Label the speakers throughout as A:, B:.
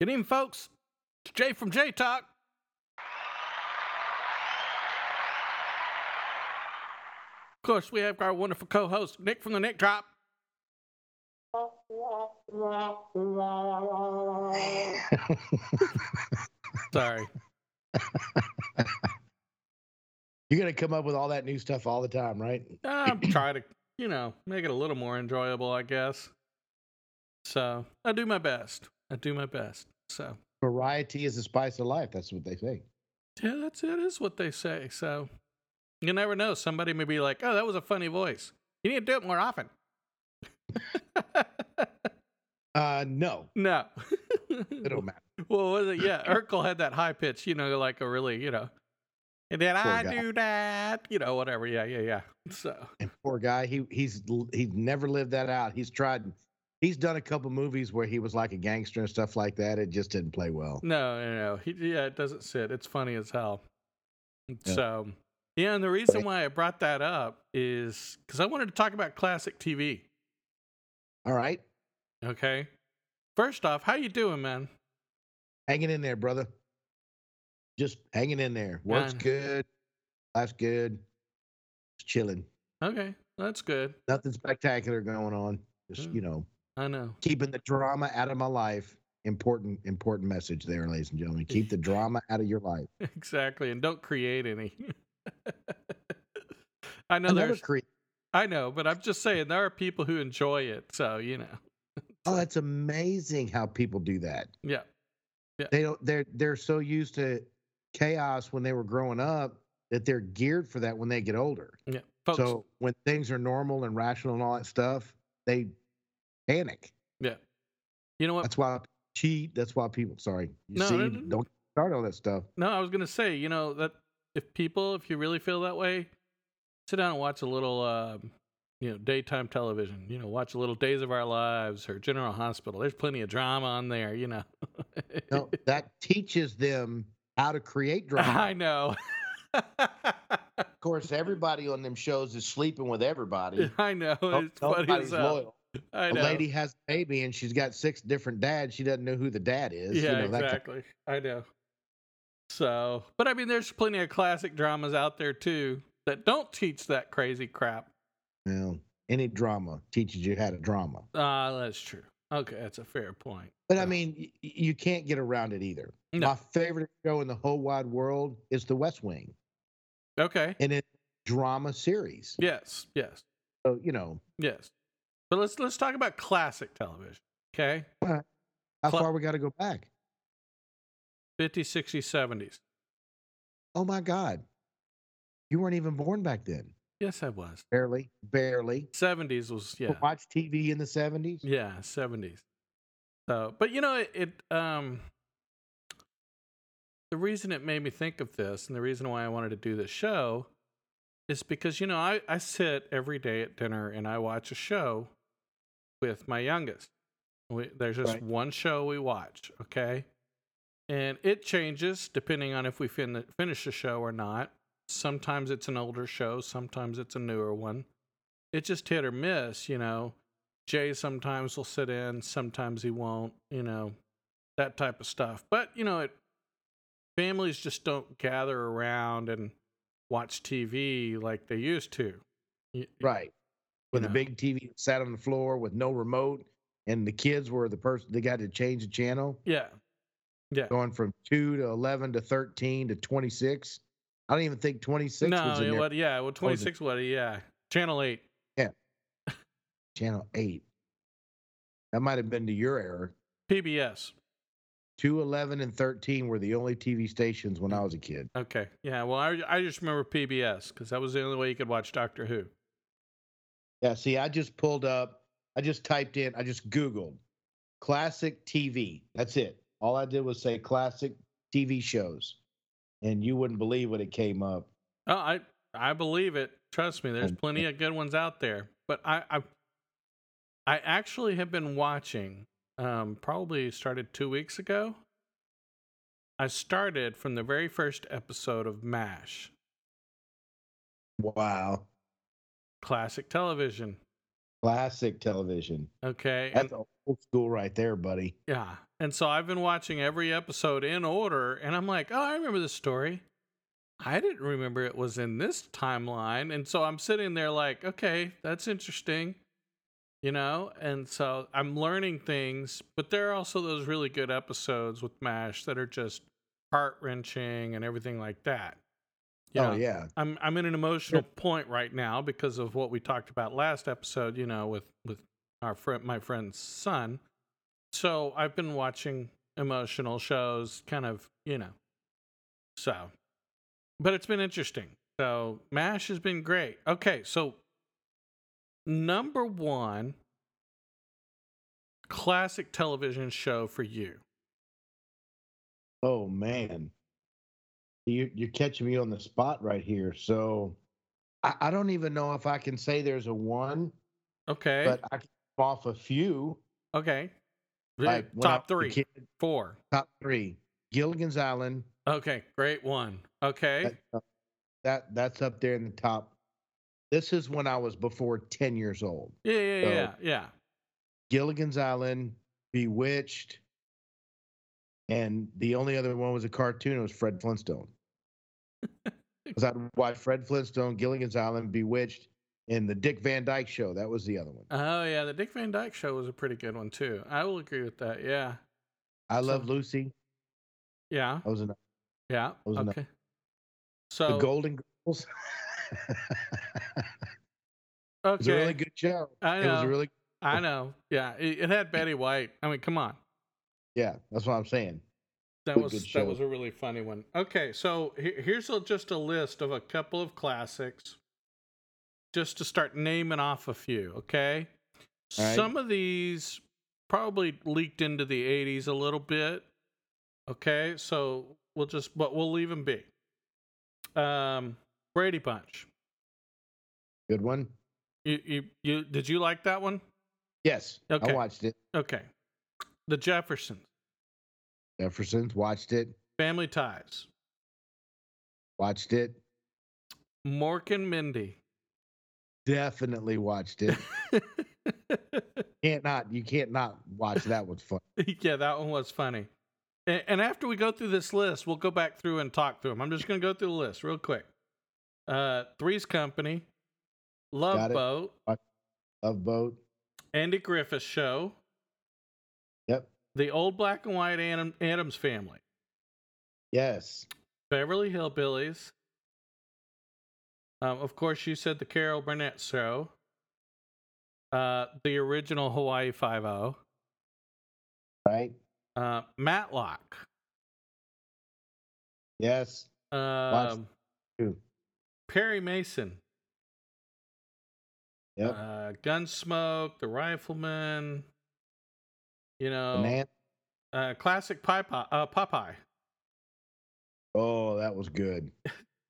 A: Good evening, folks. It's Jay from J Talk. Of course, we have our wonderful co host, Nick from the Nick Drop. Sorry.
B: You're gonna come up with all that new stuff all the time, right?
A: Uh, I'm trying to, you know, make it a little more enjoyable, I guess. So I do my best. I do my best. So
B: Variety is the spice of life. That's what they say.
A: yeah, that's it. Is what they say. So you never know. Somebody may be like, "Oh, that was a funny voice. You need to do it more often."
B: Uh, no,
A: no.
B: it don't matter.
A: well, was it? Yeah, Urkel had that high pitch. You know, like a really, you know. And then
B: Poor
A: I
B: guy.
A: do that. You know, whatever. Yeah, yeah, yeah. So
B: And poor guy, he he's l- he's never lived that out. He's tried. He's done a couple movies where he was like a gangster and stuff like that. It just didn't play well.
A: No, no, no. He, yeah, it doesn't sit. It's funny as hell.
B: Yeah.
A: So, yeah, and the reason
B: Right.
A: why I brought that up is because I wanted to talk about classic TV.
B: All right,
A: Okay, first off, how you doing, man?
B: hanging in there, brother. Just hanging in there. Work's
A: Done.
B: good. Life's good. Just chilling.
A: Okay, that's good.
B: Nothing spectacular going on. Just
A: Mm.
B: you know,
A: I know.
B: keeping the drama out of my life. Important, important message there, ladies and gentlemen. Keep the drama out of your life.
A: Exactly, and don't create any. I know
B: I never
A: there's,
B: create.
A: I know, but I'm just saying there are people who enjoy it. So you know,
B: Oh, it's amazing how people do that.
A: yeah,
B: They don't. They're they're so used to chaos when they were growing up that they're geared for that when they get older.
A: yeah, folks.
B: So when things are normal and rational and all that stuff, they panic.
A: you know what?
B: That's why cheat. That's why people. Sorry, you
A: No,
B: see,
A: no, no, no.
B: don't start all that stuff.
A: No, I was gonna say, you know, that if people, if you really feel that way, sit down and watch a little, um, you know, daytime television. You know, watch a little Days of Our Lives or General Hospital. There's plenty of drama on there. You know.
B: No, that teaches them how to create drama.
A: I know.
B: Of course, everybody on them shows is sleeping with everybody.
A: I know.
B: No-
A: It's funny as
B: nobody's
A: hell.
B: loyal.
A: I
B: The
A: know.
B: lady has a baby and she's got six different dads. She doesn't know who the dad is.
A: yeah,
B: you know, that kind-
A: exactly. I know. So, but I mean, there's plenty of classic dramas out there too that don't teach that crazy crap.
B: Well, any drama teaches you how to drama.
A: Ah, that's true. Okay, that's a fair point.
B: But I
A: Yeah.
B: mean, y- y- you can't get around it either.
A: No.
B: My favorite show in the whole wide world is The West Wing,
A: Okay.
B: and it's a drama series.
A: Yes, yes,
B: So you know,
A: yes. But let's let's talk about classic television. Okay?
B: how
A: Cla-
B: far we got to go back?
A: 50s, 60s, 70s.
B: Oh my God, you weren't even born back then.
A: Yes, I was.
B: Barely, barely.
A: 70s was yeah.
B: To watch TV in the seventies.
A: Yeah, 70s. So, but you know it, it um the reason it made me think of this and the reason why I wanted to do this show is because you know I I sit every day at dinner and I watch a show with my youngest. We, there's just
B: Right.
A: one show we watch, okay? And it changes depending on if we fin- finish the show or not. Sometimes it's an older show, sometimes it's a newer one. It's just hit or miss, you know. Jay sometimes will sit in, sometimes he won't, you know, that type of stuff. But, you know, it families just don't gather around and watch TV like they used to. Y-
B: Right. With
A: know.
B: a big TV that sat on the floor with no remote, and the kids were the person they got to change the channel,
A: Yeah.
B: going from two to eleven to thirteen to twenty six. I don't even think twenty six
A: no,
B: was in
A: it
B: there.
A: was, yeah, well, 26 was, yeah. Channel 8.
B: Channel eight. That might have been to your error.
A: PBS.
B: Two, eleven, and thirteen were the only TV stations when I was a kid.
A: Okay. Yeah. Well, I, I just remember PBS because that was the only way you could watch Doctor Who.
B: Yeah. See, I just pulled up. I just typed in. I just Googled classic TV. That's it. All I did was say classic TV shows, and you wouldn't believe what it came up.
A: Oh, I I believe it. Trust me, there's
B: Okay.
A: plenty of good ones out there. But I I, I actually have been watching. Um, probably started two weeks ago. I started from the very first episode of MASH,
B: Wow.
A: classic television.
B: Classic television.
A: Okay, and
B: That's old school right there, buddy.
A: yeah, And so I've been watching every episode in order, and I'm like, oh, I remember this story. I didn't remember it was in this timeline. And so I'm sitting there like, okay, that's interesting, you know? And so I'm learning things, but there are also those really good episodes with MASH that are just heart wrenching and everything like that. You
B: oh
A: know,
B: yeah.
A: I'm I'm in an emotional point right now because of what we talked about last episode, you know, with with our friend my friend's son. So I've been watching emotional shows kind of, you know. So but it's been interesting. So MASH has been great. Okay, so number 1 classic television show for you.
B: Oh man. You you're catching me on the spot right here. So I, I don't even know if I can say there's a one,
A: Okay.
B: but I can come off a few.
A: okay.
B: Like when I
A: Top
B: was
A: 3,
B: a kid,
A: 4.
B: top three. Gilligan's Island.
A: Okay, great one. Okay.
B: That- that that's up there in the top. This is when I was before 10 years old.
A: Yeah, yeah,
B: So-
A: yeah, yeah.
B: Gilligan's Island, Bewitched, and the only other one was a cartoon. It was Fred Flintstone. Because I'd watch Fred Flintstone, Gilligan's Island, Bewitched, and the Dick Van Dyke Show. That was the other one.
A: Oh yeah, the Dick Van Dyke Show was a pretty good one too. I will agree with that. Yeah,
B: I Love
A: So-
B: Lucy.
A: yeah,
B: That was another.
A: yeah.
B: was enough.
A: Okay. So
B: the Golden Girls. it was
A: okay,
B: a really good show.
A: I
B: It was
A: know.
B: a really
A: I know. Yeah, it, it had Betty White. I mean, come on,
B: yeah. That's what I'm saying.
A: that
B: Really
A: was
B: good
A: that
B: show.
A: was a really funny one. Okay, so he- here's a, just a list of a couple of classics, just to start naming off a few. Okay,
B: All right.
A: some of these probably leaked into the '80s a little bit. Okay, so we'll just but we'll leave them be. Um, Brady Bunch.
B: Good one.
A: You, you you did you like that one?
B: Yes,
A: Okay.
B: I watched it.
A: Okay. The Jeffersons,
B: Jefferson's watched it.
A: Family Ties,
B: Watched it.
A: Mork and Mindy.
B: Definitely watched it. can't not. You can't not watch that one. Fun.
A: yeah, that one was funny. And, and after we go through this list, we'll go back through and talk through them. I'm just going to go through the list real quick. Uh, Three's Company,
B: Got
A: Love
B: it.
A: Boat,
B: Love Boat.
A: Andy Griffith Show,
B: Yep.
A: The Old Black and White Adam, Adams Family,
B: Yes.
A: Beverly Hillbillies. Um, of course, you said the Carol Burnett Show, uh, the original Hawaii Five O,
B: Right.
A: uh, Matlock,
B: Yes.
A: um,
B: Two.
A: Perry Mason,
B: Yep.
A: uh, Gunsmoke, The Rifleman, you
B: The
A: know,
B: man.
A: uh, classic Popeye. Uh, Popeye.
B: Oh, that was good.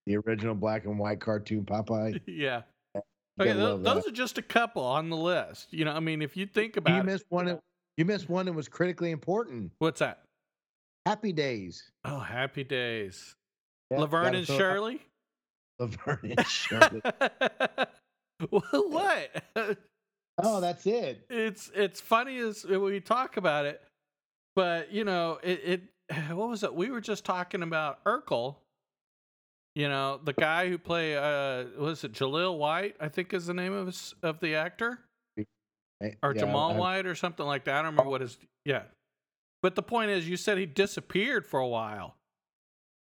B: The original black and white cartoon Popeye. You
A: yeah. Okay,
B: gotta
A: tho-
B: love that.
A: those are just a couple on the list. You know, I mean, if you think about
B: you
A: it,
B: missed one. That, you missed one that was critically important.
A: what's that?
B: Happy Days.
A: Oh, Happy Days.
B: Yeah,
A: Laverne
B: gotta
A: and
B: throw out
A: Shirley?
B: Laverne and Shirley.
A: well, what?
B: oh, that's it.
A: It's it's funny as we talk about it, but you know, it, it what was it? We were just talking about Urkel. You know, the guy who play uh was it Jalil White, I think is the name of his, of the actor?
B: Hey,
A: Or
B: yeah,
A: Jamal
B: I-
A: White or something like that. I don't remember what his yeah. But the point is you said he disappeared for a while.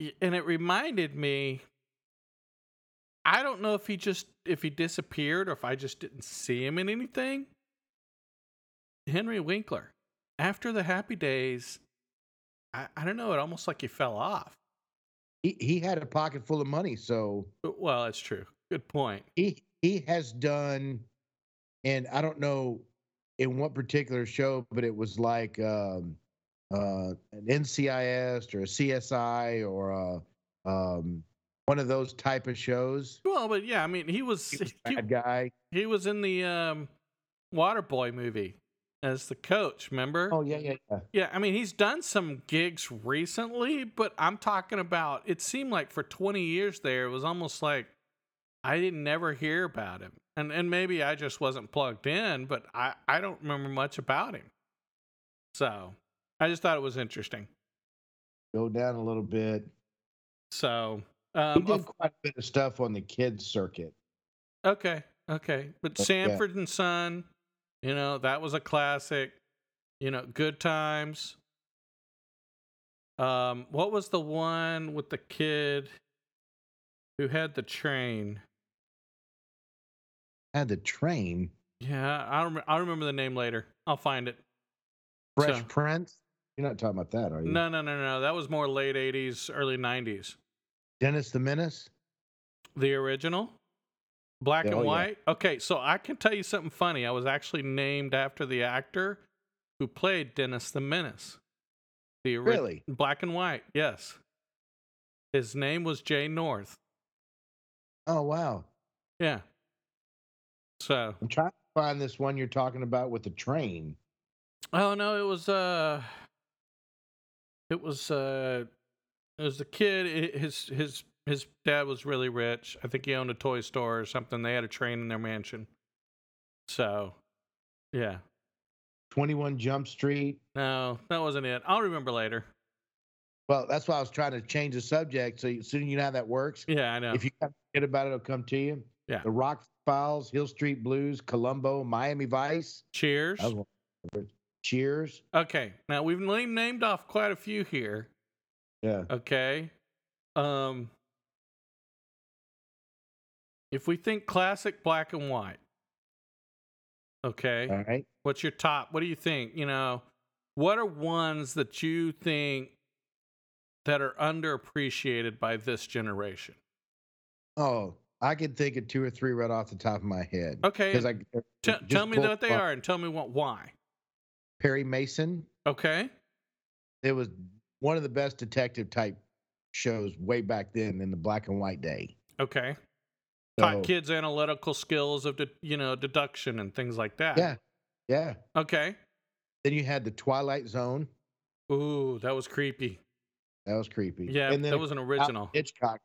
A: Y- And it reminded me I don't know if he just if he disappeared or if I just didn't see him in anything. Henry Winkler. After the happy days, I, I don't know, it almost like he fell off.
B: He, he had a pocket full of money, so
A: But- Well, that's true. Good point.
B: he he has done and i don't know in what particular show but it was like um uh an ncis or a csi or a, um one of those type of shows
A: Well, but yeah, I mean he was
B: he was a
A: he-
B: bad guy
A: He was in the um, Waterboy movie as the coach. Remember?
B: oh yeah yeah yeah
A: Yeah, I mean he's done some gigs recently, but I'm talking about. It seemed like for 20 years there, it was almost like I didn't never hear about him, and and maybe I just wasn't plugged in, but I I don't remember much about him. So I just thought it was interesting.
B: Go down a little bit.
A: So,
B: We
A: um,
B: did
A: of-
B: quite a bit of stuff on the kids circuit.
A: okay, okay. But
B: Yeah.
A: Sanford and Son, you know, that was a classic. You know, good times. Um, what was the one with the kid who had the train?
B: Had the train.
A: Yeah, I rem- I'll remember the name later. I'll find it.
B: Fresh
A: So-
B: Prince. You're not talking about that, are you?
A: No, no, no, no. That was more late 80s, early 90s.
B: Dennis the Menace.
A: The original? Black
B: Yeah,
A: and
B: oh, yeah.
A: white? Okay, so I can tell you something funny. I was actually named after the actor who played Dennis the Menace. The ori-
B: Really?
A: Black and white, yes. His name was Jay North.
B: Oh wow.
A: Yeah. So,
B: I'm trying to find this one you're talking about with the train.
A: oh no, it was, uh, it was, uh, it was the kid. i- His, his, his dad was really rich. I think he owned a toy store or something. They had a train in their mansion. So, yeah.
B: 21 Jump Street.
A: No, that wasn't it. I'll remember later.
B: Well, that's why I was trying to change the subject. So soon you know how that works.
A: Yeah, I know.
B: If you kind of forget about it, it'll come to you.
A: Yeah.
B: The Rock Files, Hill Street Blues, Columbo, Miami Vice.
A: Cheers.
B: That was one of my favorites. Cheers.
A: Okay. Now we've name, named off quite a few here.
B: Yeah.
A: Okay. Um if we think classic black and white. Okay.
B: All right.
A: What's your top? What do you think? You know, what are ones that you think that are underappreciated by this generation?
B: Oh, I could think of two or three right off the top of my head.
A: Okay.
B: Because I uh,
A: Te-
B: just
A: tell me
B: pulled
A: what they
B: up
A: are and tell me what why.
B: Perry Mason.
A: Okay.
B: It was one of the best detective type shows way back then in the black and white day.
A: Okay.
B: So,
A: taught kids analytical skills of de- you know deduction and things like that.
B: Yeah. Yeah.
A: Okay.
B: Then you had the Twilight Zone.
A: Ooh, that was creepy.
B: That was creepy.
A: Yeah,
B: and then
A: that was an original.
B: Alfred Hitchcock.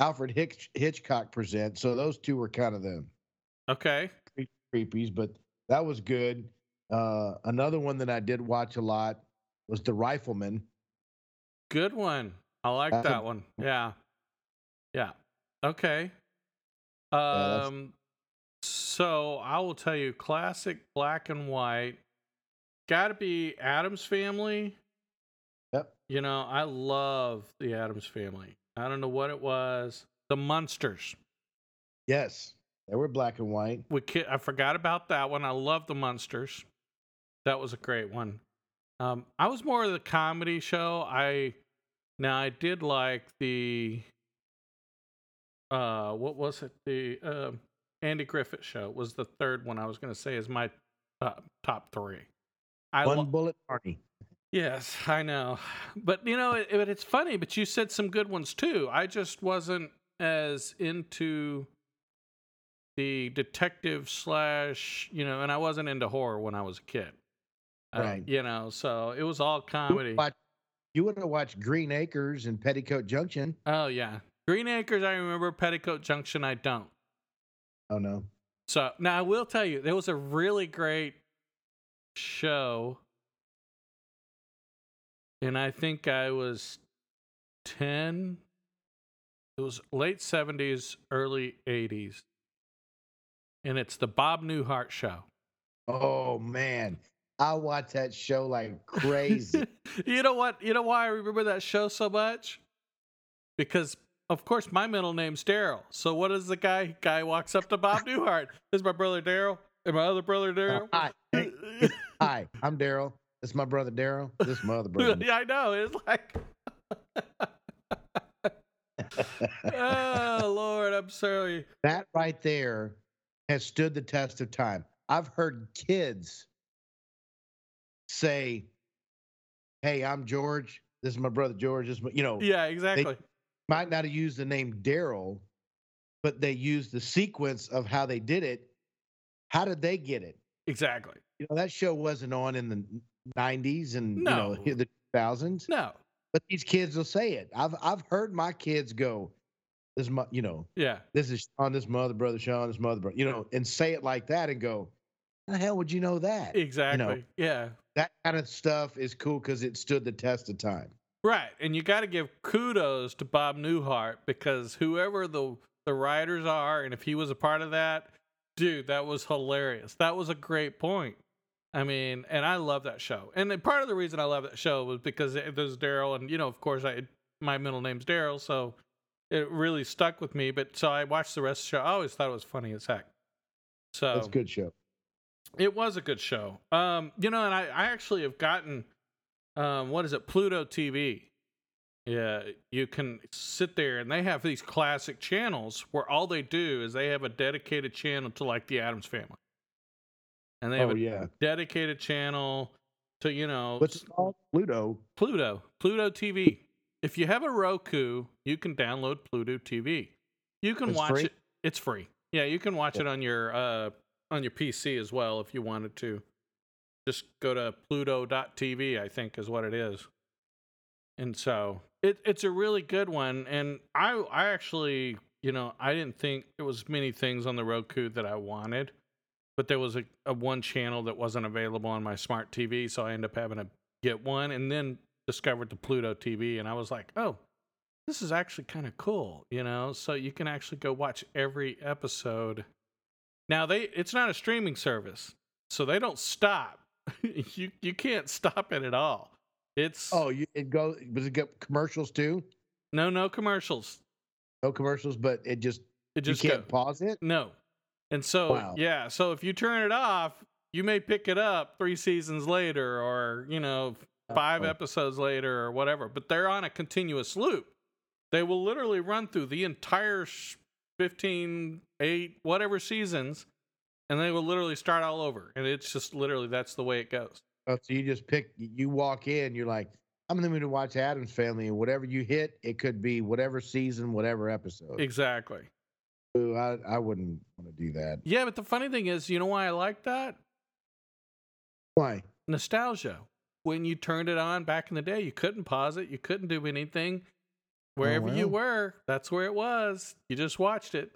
B: Alfred Hitch, Hitchcock presents. So those two were kind of the
A: Okay.
B: creepies, but that was good. Uh, another one that I did watch a lot was The Rifleman.
A: Good one. I like
B: That's a-
A: that one. Yeah. Yeah. Okay.
B: that's-
A: Um so I will tell you classic black and white. Got to be Adams Family.
B: Yep.
A: You know, I love the Adams Family. I don't know what it was. The Munsters.
B: Yes, they were black and white.
A: we ki- I forgot about that one. I love the monsters. That was a great one. Um, I was more of the comedy show. I now I did like the uh what was it? The um Andy Griffith show was the third one I was going to say is my uh, top 3. I
B: One
A: lo-
B: bullet Barney.
A: Yes, I know. But you know, it, it, it's funny, but you said some good ones too. I just wasn't as into the detective slash, you know, and I wasn't into horror when I was a kid. Uh,
B: Right.
A: you know, so it was all
B: You
A: comedy.
B: would've watched- You would have watched Green Acres and Petticoat Junction.
A: Oh yeah. Green Acres I remember, Petticoat Junction I don't.
B: Oh no.
A: So now I will tell you, there was a really great show, and I think I was ten. It was late seventies, early eighties, and it's the Bob Newhart show.
B: Oh man, I watched that show like crazy.
A: you know what? You know why I remember that show so much? Because of course my middle name's Daryl. So what is the guy? Guy walks up to Bob Newhart. This is my brother Daryl and my other brother Daryl.
B: Hi, hi, I'm Daryl. This is my brother Daryl. This is my other brother.
A: yeah, I know. It's like, oh Lord, I'm sorry.
B: that right there has stood the test of time. I've heard kids say, "Hey, I'm George. This is my brother George. This is my, you know,
A: Yeah, exactly.
B: might not have used the name Daryl, but they used the sequence of how they did it. How did they get it?
A: Exactly.
B: You know, that show wasn't on in the '90s and
A: No.
B: you know the 2000s,
A: No.
B: but these kids will say it. I've I've heard my kids go, "This is my, you know,
A: Yeah.
B: this is Sean, this is my other brother Sean, this is my other brother, you know, and say it like that and go, the hell would you know that?
A: Exactly. Yeah.
B: That kind of stuff is cool because it stood the test of time.
A: Right. And you got to give kudos to Bob Newhart because whoever the the writers are and if he was a part of that, dude, that was hilarious. That was a great point. I mean, and I love that show. And then part of the reason I love that show was because it, there's Daryl and you know, of course I my middle name's Daryl, so it really stuck with me, but so I watched the rest of the show. I always thought it was funny as heck. So
B: That's a good show.
A: it was a good show. Um, you know, and I, I actually have gotten um what is it, Pluto TV. Yeah, you can sit there and they have these classic channels where all they do is they have a dedicated channel to like the Adams family. And they have Oh,
B: Oh
A: a
B: yeah.
A: dedicated channel to, you know,
B: What's it called? Pluto.
A: Pluto, Pluto TV. If you have a Roku, you can download Pluto TV. You can
B: It's
A: watch
B: free?
A: it. It's free. Yeah, you can watch
B: Yeah.
A: it on your uh on your PC as well if you wanted to. Just go to pluto.tv, I think is what it is. And so, it it's a really good one and I I actually, you know, I didn't think there was many things on the Roku that I wanted, but there was a, a one channel that wasn't available on my smart TV, so I ended up having to get one and then discovered the Pluto TV and I was like, "Oh, this is actually kind of cool, you know? So you can actually go watch every episode. Now they it's not a streaming service, so they don't stop. you you can't stop it at all. It's
B: Oh, you, it goes. Does it get commercials too?
A: no no commercials.
B: No commercials, but it just,
A: It just
B: you can't
A: go-
B: pause it.
A: No. And so
B: Wow.
A: yeah, so if you turn it off, you may pick it up 3 seasons later or, you know, five
B: Oh.
A: episodes later or whatever, but they're on a continuous loop. They will literally run through the entire sh- 15, 8, whatever seasons, and they will literally start all over. And it's just literally that's the way it goes.
B: Oh, so you just pick. You walk in. You're like, I'm in the mood to watch Adam's Family, and whatever you hit, it could be whatever season, whatever episode.
A: Exactly.
B: Ooh, I, I wouldn't want to do that.
A: Yeah, but the funny thing is, you know why I like that?
B: Why?
A: nostalgia. When you turned it on back in the day, you couldn't pause it, you couldn't do anything. Wherever you
B: Oh, wow.
A: were, that's where it was. You just watched it.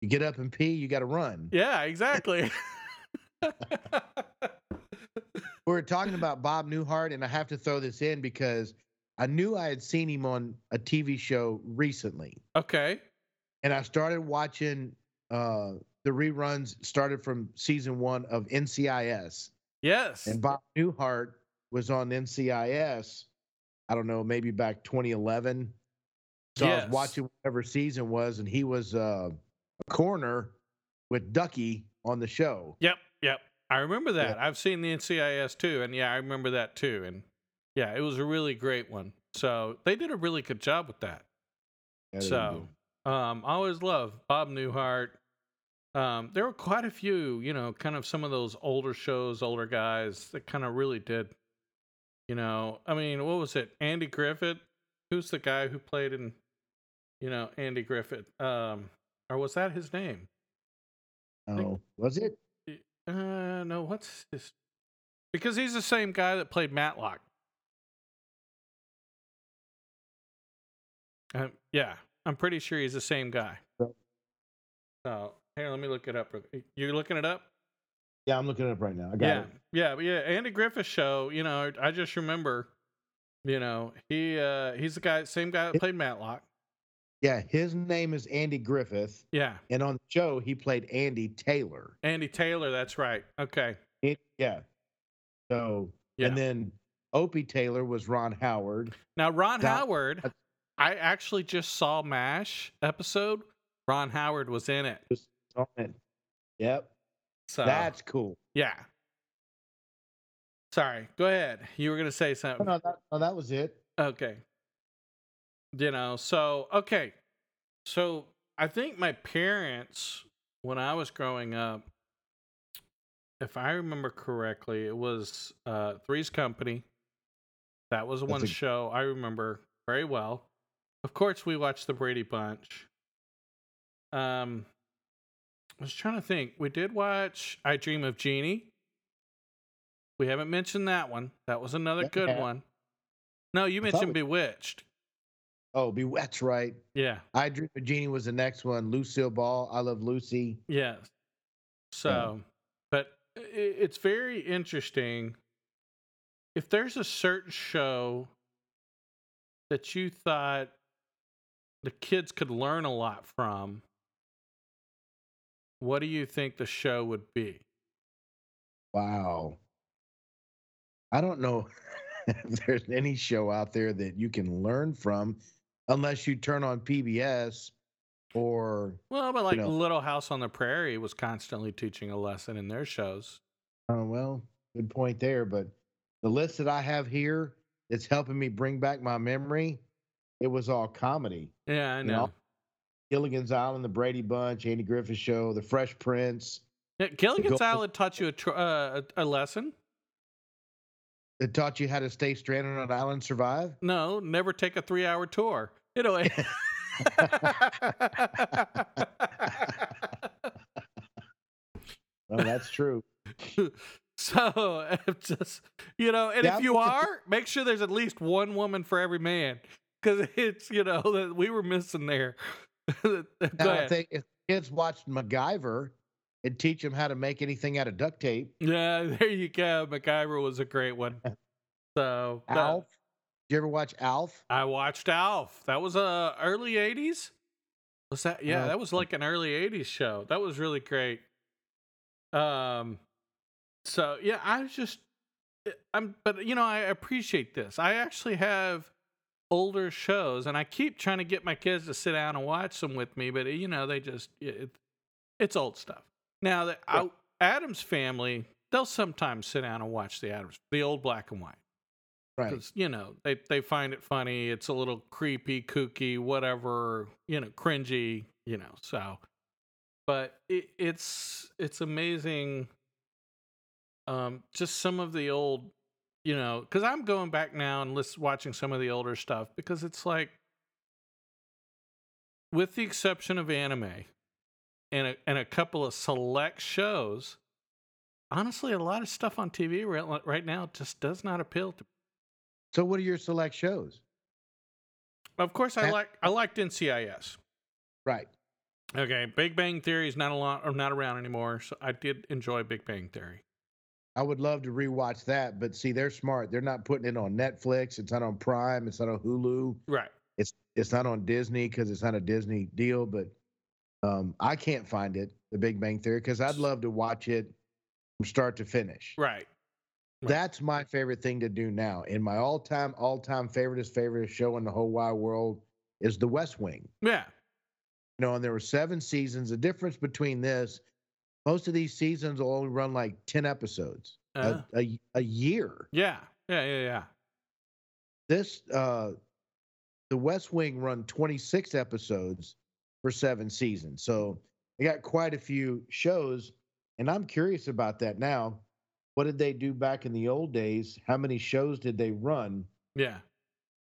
B: You get up and pee. You got to run.
A: Yeah, exactly.
B: We were talking about Bob Newhart, and I have to throw this in because I knew I had seen him on a TV show recently,
A: okay.
B: and I started watching uh, the reruns. Started from season one of NCIS.
A: Yes.
B: And Bob Newhart was on NCIS, I don't know, maybe back 2011. So I
A: Yes.
B: was watching whatever season was, and he was uh, a coroner with Ducky on the show.
A: Yep. Yep. I remember that. I've seen the NCIS too. And yeah, I remember that too. And yeah, it was a really great one. So they did a really good job with that.
B: Yeah, they
A: So, um, I always love Bob Newhart. Um, there were quite a few, you know, kind of some of those older shows, older guys that kind of really did, you know. I mean, what was it? Andy Griffith, who's the guy who played in, you know, Andy Griffith, um, or was that his name?
B: do. Oh, was it?
A: Uh, no, what's his? Because he's the same guy that played Matlock. Um, yeah, I'm pretty sure he's the same guy.
B: Yep.
A: So here, let me look it up. real quick. You're looking it up?
B: Yeah, I'm looking it up right now. I got
A: yeah,
B: it.
A: yeah, but yeah. Andy Griffith show. You know, I just remember. You know, he uh he's the guy, same guy that played Matlock.
B: Yeah, his name is Andy Griffith,
A: Yeah,
B: and on the show, he played Andy Taylor.
A: Andy Taylor. That's right. Okay.
B: It- yeah. So,
A: Yeah.
B: and then Opie Taylor was Ron Howard.
A: Now, Ron
B: That-
A: Howard, I actually just saw MASH episode. Ron Howard was in it.
B: Oh, man. Yep.
A: So
B: That's cool.
A: yeah. Sorry, go ahead. You were gonna say
B: No,
A: something.
B: Oh, no, that, no, that was it.
A: Okay. You know, so okay. So I think my parents, when I was growing up, if I remember correctly, it was uh Three's Company. That was one
B: a-
A: show I remember very well. Of course we watched the Brady Bunch. Um I was trying to think. We did watch I Dream of Jeannie. We haven't mentioned that one. That was another
B: Yeah, we
A: good
B: have.
A: one. No, you
B: I thought
A: mentioned
B: we-
A: Bewitched.
B: Oh, be that's right.
A: Yeah.
B: I Dream of Jeannie was the next one. Lucille Ball, I Love Lucy.
A: Yes. So, but uh, i- it's very interesting. If there's a certain show that you thought the kids could learn a lot from, what do you think the show would be?
B: Wow. I don't know if there's any show out there that you can learn from unless you turn on PBS or
A: Well, but like
B: know.
A: Little House on the Prairie was constantly teaching a lesson in their shows.
B: Oh, well, good point there. But the list that I have here that's helping me bring back my memory, it was all comedy.
A: Yeah, I
B: You
A: know.
B: know? Gilligan's Island, The Brady Bunch, Andy Griffith Show, The Fresh Prince.
A: Yeah, Gilligan's
B: Go-
A: Island taught you a, tr- uh, a a lesson.
B: It taught you how to stay stranded on an island and survive.
A: No, never take a three hour tour. You know. it-
B: Oh, that's true.
A: so it's just you know, and
B: That
A: if you
B: was the-
A: are, make sure there's at least one woman for every man. Because it's you know that we were missing there. Go
B: Now, if,
A: ahead.
B: they, if kids watched MacGyver, it'd teach them how to make anything out of duct tape.
A: yeah, there you go. MacGyver was a great one. So that-
B: Alf. Did you ever watch Alf?
A: I watched Alf. That was uh early '80s. Was that? Yeah,
B: Uh,
A: that was like an early '80s show. That was really great. Um, so yeah, I was just, eh, I'm, but you know, I appreciate this. I actually have older shows, and I keep trying to get my kids to sit down and watch them with me, but eh, you know, they just it, it's old stuff. Now the
B: Yeah.
A: Adams Family, they'll sometimes sit down and watch the Adams, the old black and white.
B: Right.
A: Because, you know, they, they find it funny. It's a little creepy, kooky, whatever, you know, cringy, you know, so. But it, it's it's amazing um, just some of the old, you know, because I'm going back now and list, watching some of the older stuff because it's like, with the exception of anime and a, and a couple of select shows, honestly, a lot of stuff on TV right, right now just does not appeal to
B: So, what are your select shows?
A: Of course, I
B: That-
A: like I liked NCIS.
B: Right.
A: Okay, Big Bang Theory is not a lot, or not around anymore. So I did enjoy Big Bang Theory.
B: I would love to rewatch that, but see, they're smart. They're not putting it on Netflix. It's not on Prime. It's not on Hulu.
A: Right.
B: It's it's not on Disney because it's not a Disney deal. But um, I can't find it, The Big Bang Theory, because I'd love to watch it from start to finish.
A: Right.
B: That's my favorite thing to do now. And my all-time, all-time favoriteest, favorite show in the whole wide world is The West Wing.
A: Yeah.
B: You know, and there were seven seasons. The difference between this, most of these seasons will only run like ten episodes
A: Uh,
B: a, a a year.
A: yeah. Yeah. Yeah. Yeah.
B: this uh the west wing run 26 episodes for seven seasons so they got quite a few shows and i'm curious about that now what did they do back in the old days how many shows did they run
A: Yeah.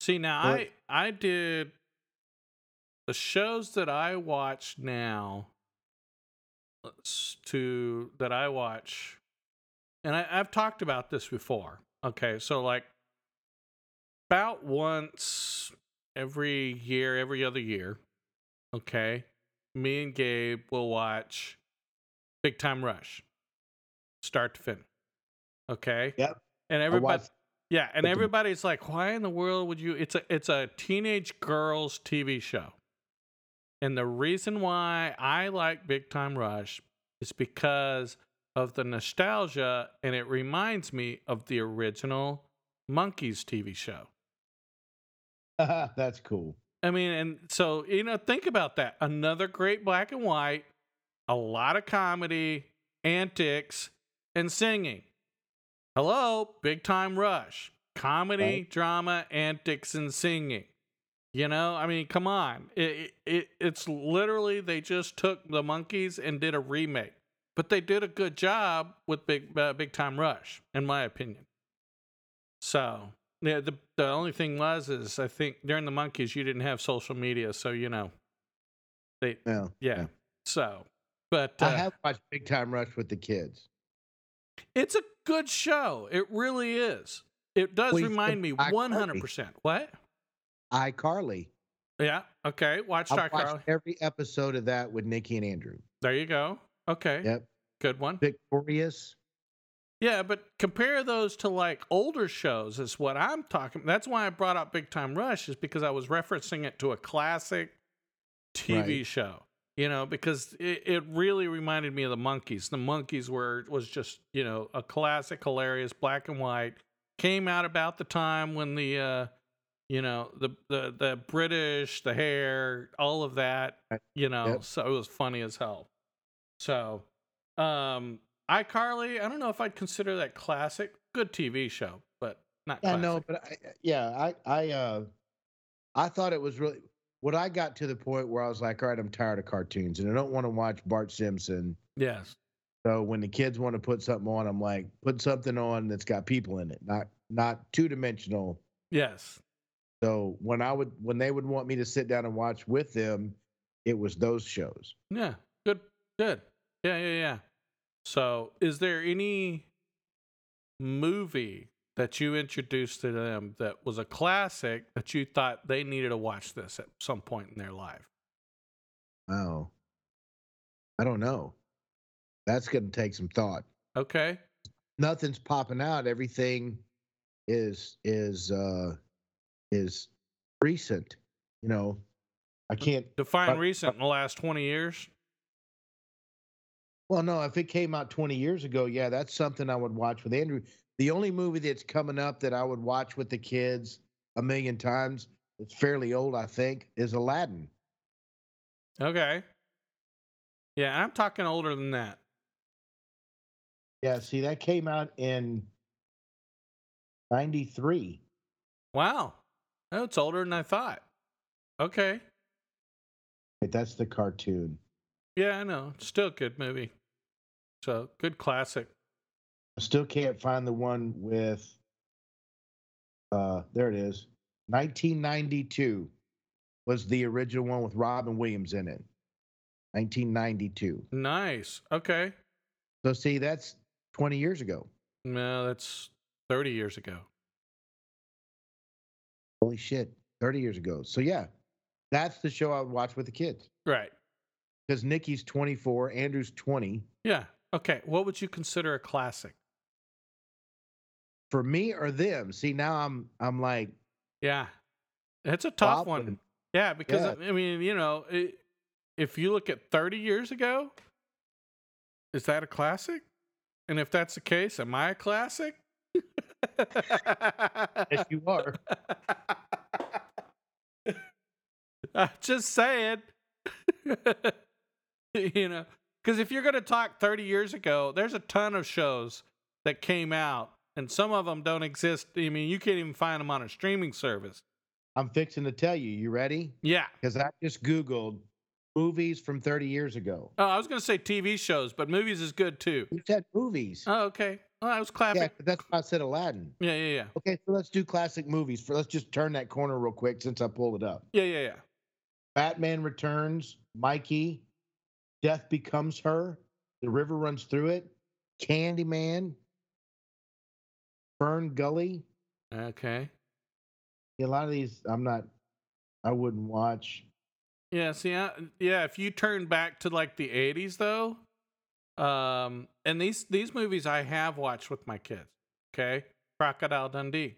A: See now,
B: But-
A: I I did the shows that I watch now let's- to that I watch, and I, I've talked about this before. Okay, so like about once every year, every other year, okay, me and Gabe will watch Big Time Rush, start to finish. Okay.
B: Yep.
A: And
B: I
A: everybody,
B: watched-
A: yeah, and
B: But the-
A: everybody's like, "Why in the world would you?" It's a it's a teenage girls TV show, and the reason why I like Big Time Rush is because of the nostalgia, and it reminds me of the original Monkeys TV show.
B: that's cool
A: I mean, and so you know, think about that. Another great black and white, a lot of comedy, antics, and singing. Hello, big time rush. Comedy,
B: Right.
A: drama, antics, and singing. You know, I mean, come on. It, it it's literally they just took the monkeys and did a remake, but they did a good job with big uh, big time rush, in my opinion. So yeah, the the only thing was is I think during the monkeys you didn't have social media, so you know, they
B: yeah
A: yeah.
B: Yeah.
A: So, but uh,
B: i have watched big time rush with the kids
A: it's a good show. It really is. It does
B: Well, you
A: remind
B: said
A: me
B: Black
A: one hundred percent. What?
B: icarly
A: Yeah. Okay. Watch
B: i
A: Doc
B: watched
A: Carly.
B: every episode of that with nikki and andrew
A: There you go. Okay.
B: yep
A: Good one.
B: victorious
A: Yeah, but compare those to like older shows is what I'm talking. That's why I brought up Big Time Rush is because I was referencing it to a classic TV
B: Right.
A: show. You know, because it, it really reminded me of the Monkeys. The Monkeys were was just you know a classic, hilarious, black and white. Came out about the time when the uh, you know the the the British, the hair, all of that.
B: Right.
A: You know,
B: Yep.
A: so it was funny as hell. So, um, iCarly, I don't know if I'd consider that classic. Good TV show, but not.
B: I
A: Classic.
B: know, but I, yeah, I I uh, I thought it was really when I got to the point where I was like, all right, I'm tired of cartoons and I don't want to watch Bart Simpson.
A: Yes.
B: So when the kids want to put something on, I'm like, put something on that's got people in it, not not two dimensional.
A: Yes.
B: So when I would when they would want me to sit down and watch with them, it was those shows.
A: Yeah. Good. Good. Yeah. Yeah. Yeah. So, is there any movie that you introduced to them that was a classic that you thought they needed to watch this at some point in their life?
B: Oh, I don't know. That's going to take some thought.
A: Okay.
B: nothing's popping out. Everything is is uh is recent. You know, I can't.
A: Define
B: Uh,
A: recent in the last 20 years.
B: Well, no, if it came out 20 years ago, yeah, that's something I would watch with Andrew. The only movie that's coming up that I would watch with the kids a million times, it's fairly old, I think, is Aladdin.
A: Okay. Yeah. I'm talking older than that.
B: Yeah, see, that came out in 93.
A: Wow. Oh, it's older than I thought. Okay.
B: Wait, That's the cartoon.
A: Yeah, I know. Still a good movie. So good classic.
B: I still can't find the one with uh there it is. 1992 was the original one with Robin Williams in it. 1992.
A: Nice. Okay.
B: So see that's 20 years ago.
A: No, that's 30 years ago.
B: Holy shit, 30 years ago. So yeah, that's the show I would watch with the kids
A: Right.
B: cuz Nikki's 24, Andrew's 20.
A: Yeah. Okay. What would you consider a classic?
B: For me or them. See now I'm I'm like
A: Yeah. That's a tough
B: Bob
A: one.
B: would-
A: Yeah, because
B: Yeah.
A: I mean, you know, i if you look at 30 years ago, is that a classic? And if that's the case, am I a classic?
B: yes you are.
A: I'm just saying. you know, because if you're going to talk 30 years ago, there's a ton of shows that came out, and some of them don't exist. I mean, you can't even find them on a streaming service.
B: I'm fixing to tell you. You ready?
A: Yeah.
B: Cuz I just googled movies from 30 years ago.
A: Oh, I was going to say TV shows, but movies is good too.
B: You said movies.
A: Oh, okay. Oh, I was
B: yeah,
A: clapping.
B: but that's why I said Aladdin.
A: Yeah, yeah, yeah.
B: Okay, so let's do classic movies. For let's just turn that corner real quick since I pulled it up.
A: Yeah, yeah, yeah.
B: Batman Returns, Mikey, Death Becomes Her, The River Runs Through It, Candyman, Fern Gully.
A: Okay.
B: A lot of these I'm not. I wouldn't watch.
A: Yeah, see, I, yeah, if you turn back to like the 80s though, um and these these movies I have watched with my kids, okay? Crocodile Dundee,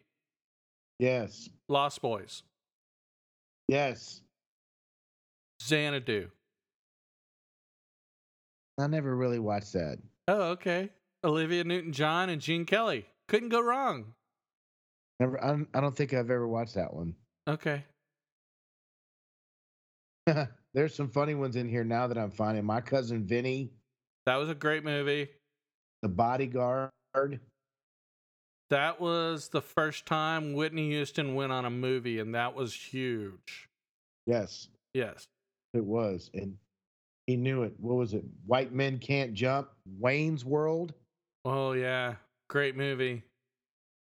B: Yes,
A: Lost Boys,
B: yes.
A: Xanadu.
B: I never really watched that.
A: Oh, okay. Olivia Newton-John and Gene Kelly. Couldn't go wrong.
B: Never. I, I don't think I've ever watched that one.
A: Okay.
B: There's some funny ones in here now that I'm finding. My cousin Vinny,
A: That was a great movie.
B: The Bodyguard.
A: That was the first time Whitney Houston went on a movie and that was huge.
B: Yes,
A: Yes.
B: it was. And he knew it. What was it? White Men Can't Jump, Wayne's World.
A: Oh yeah, great movie.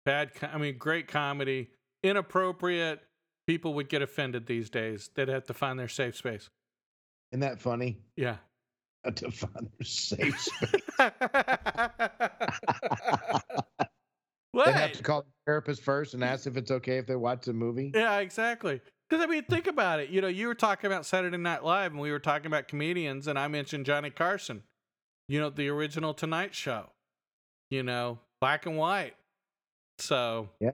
A: Bad, co- I mean, great comedy. Inappropriate. People would get offended these days. They'd have to find their safe space.
B: Isn't that funny?
A: Yeah.
B: Not To find their safe space. They have
A: what?
B: to call the therapist first and ask if it's okay if they watch the movie.
A: Yeah, exactly. Because I mean, think about it. You know, you were talking about Saturday Night Live, and we were talking about comedians, and I mentioned Johnny Carson. You know, the original Tonight Show. you know, black and white. So,
B: Yeah.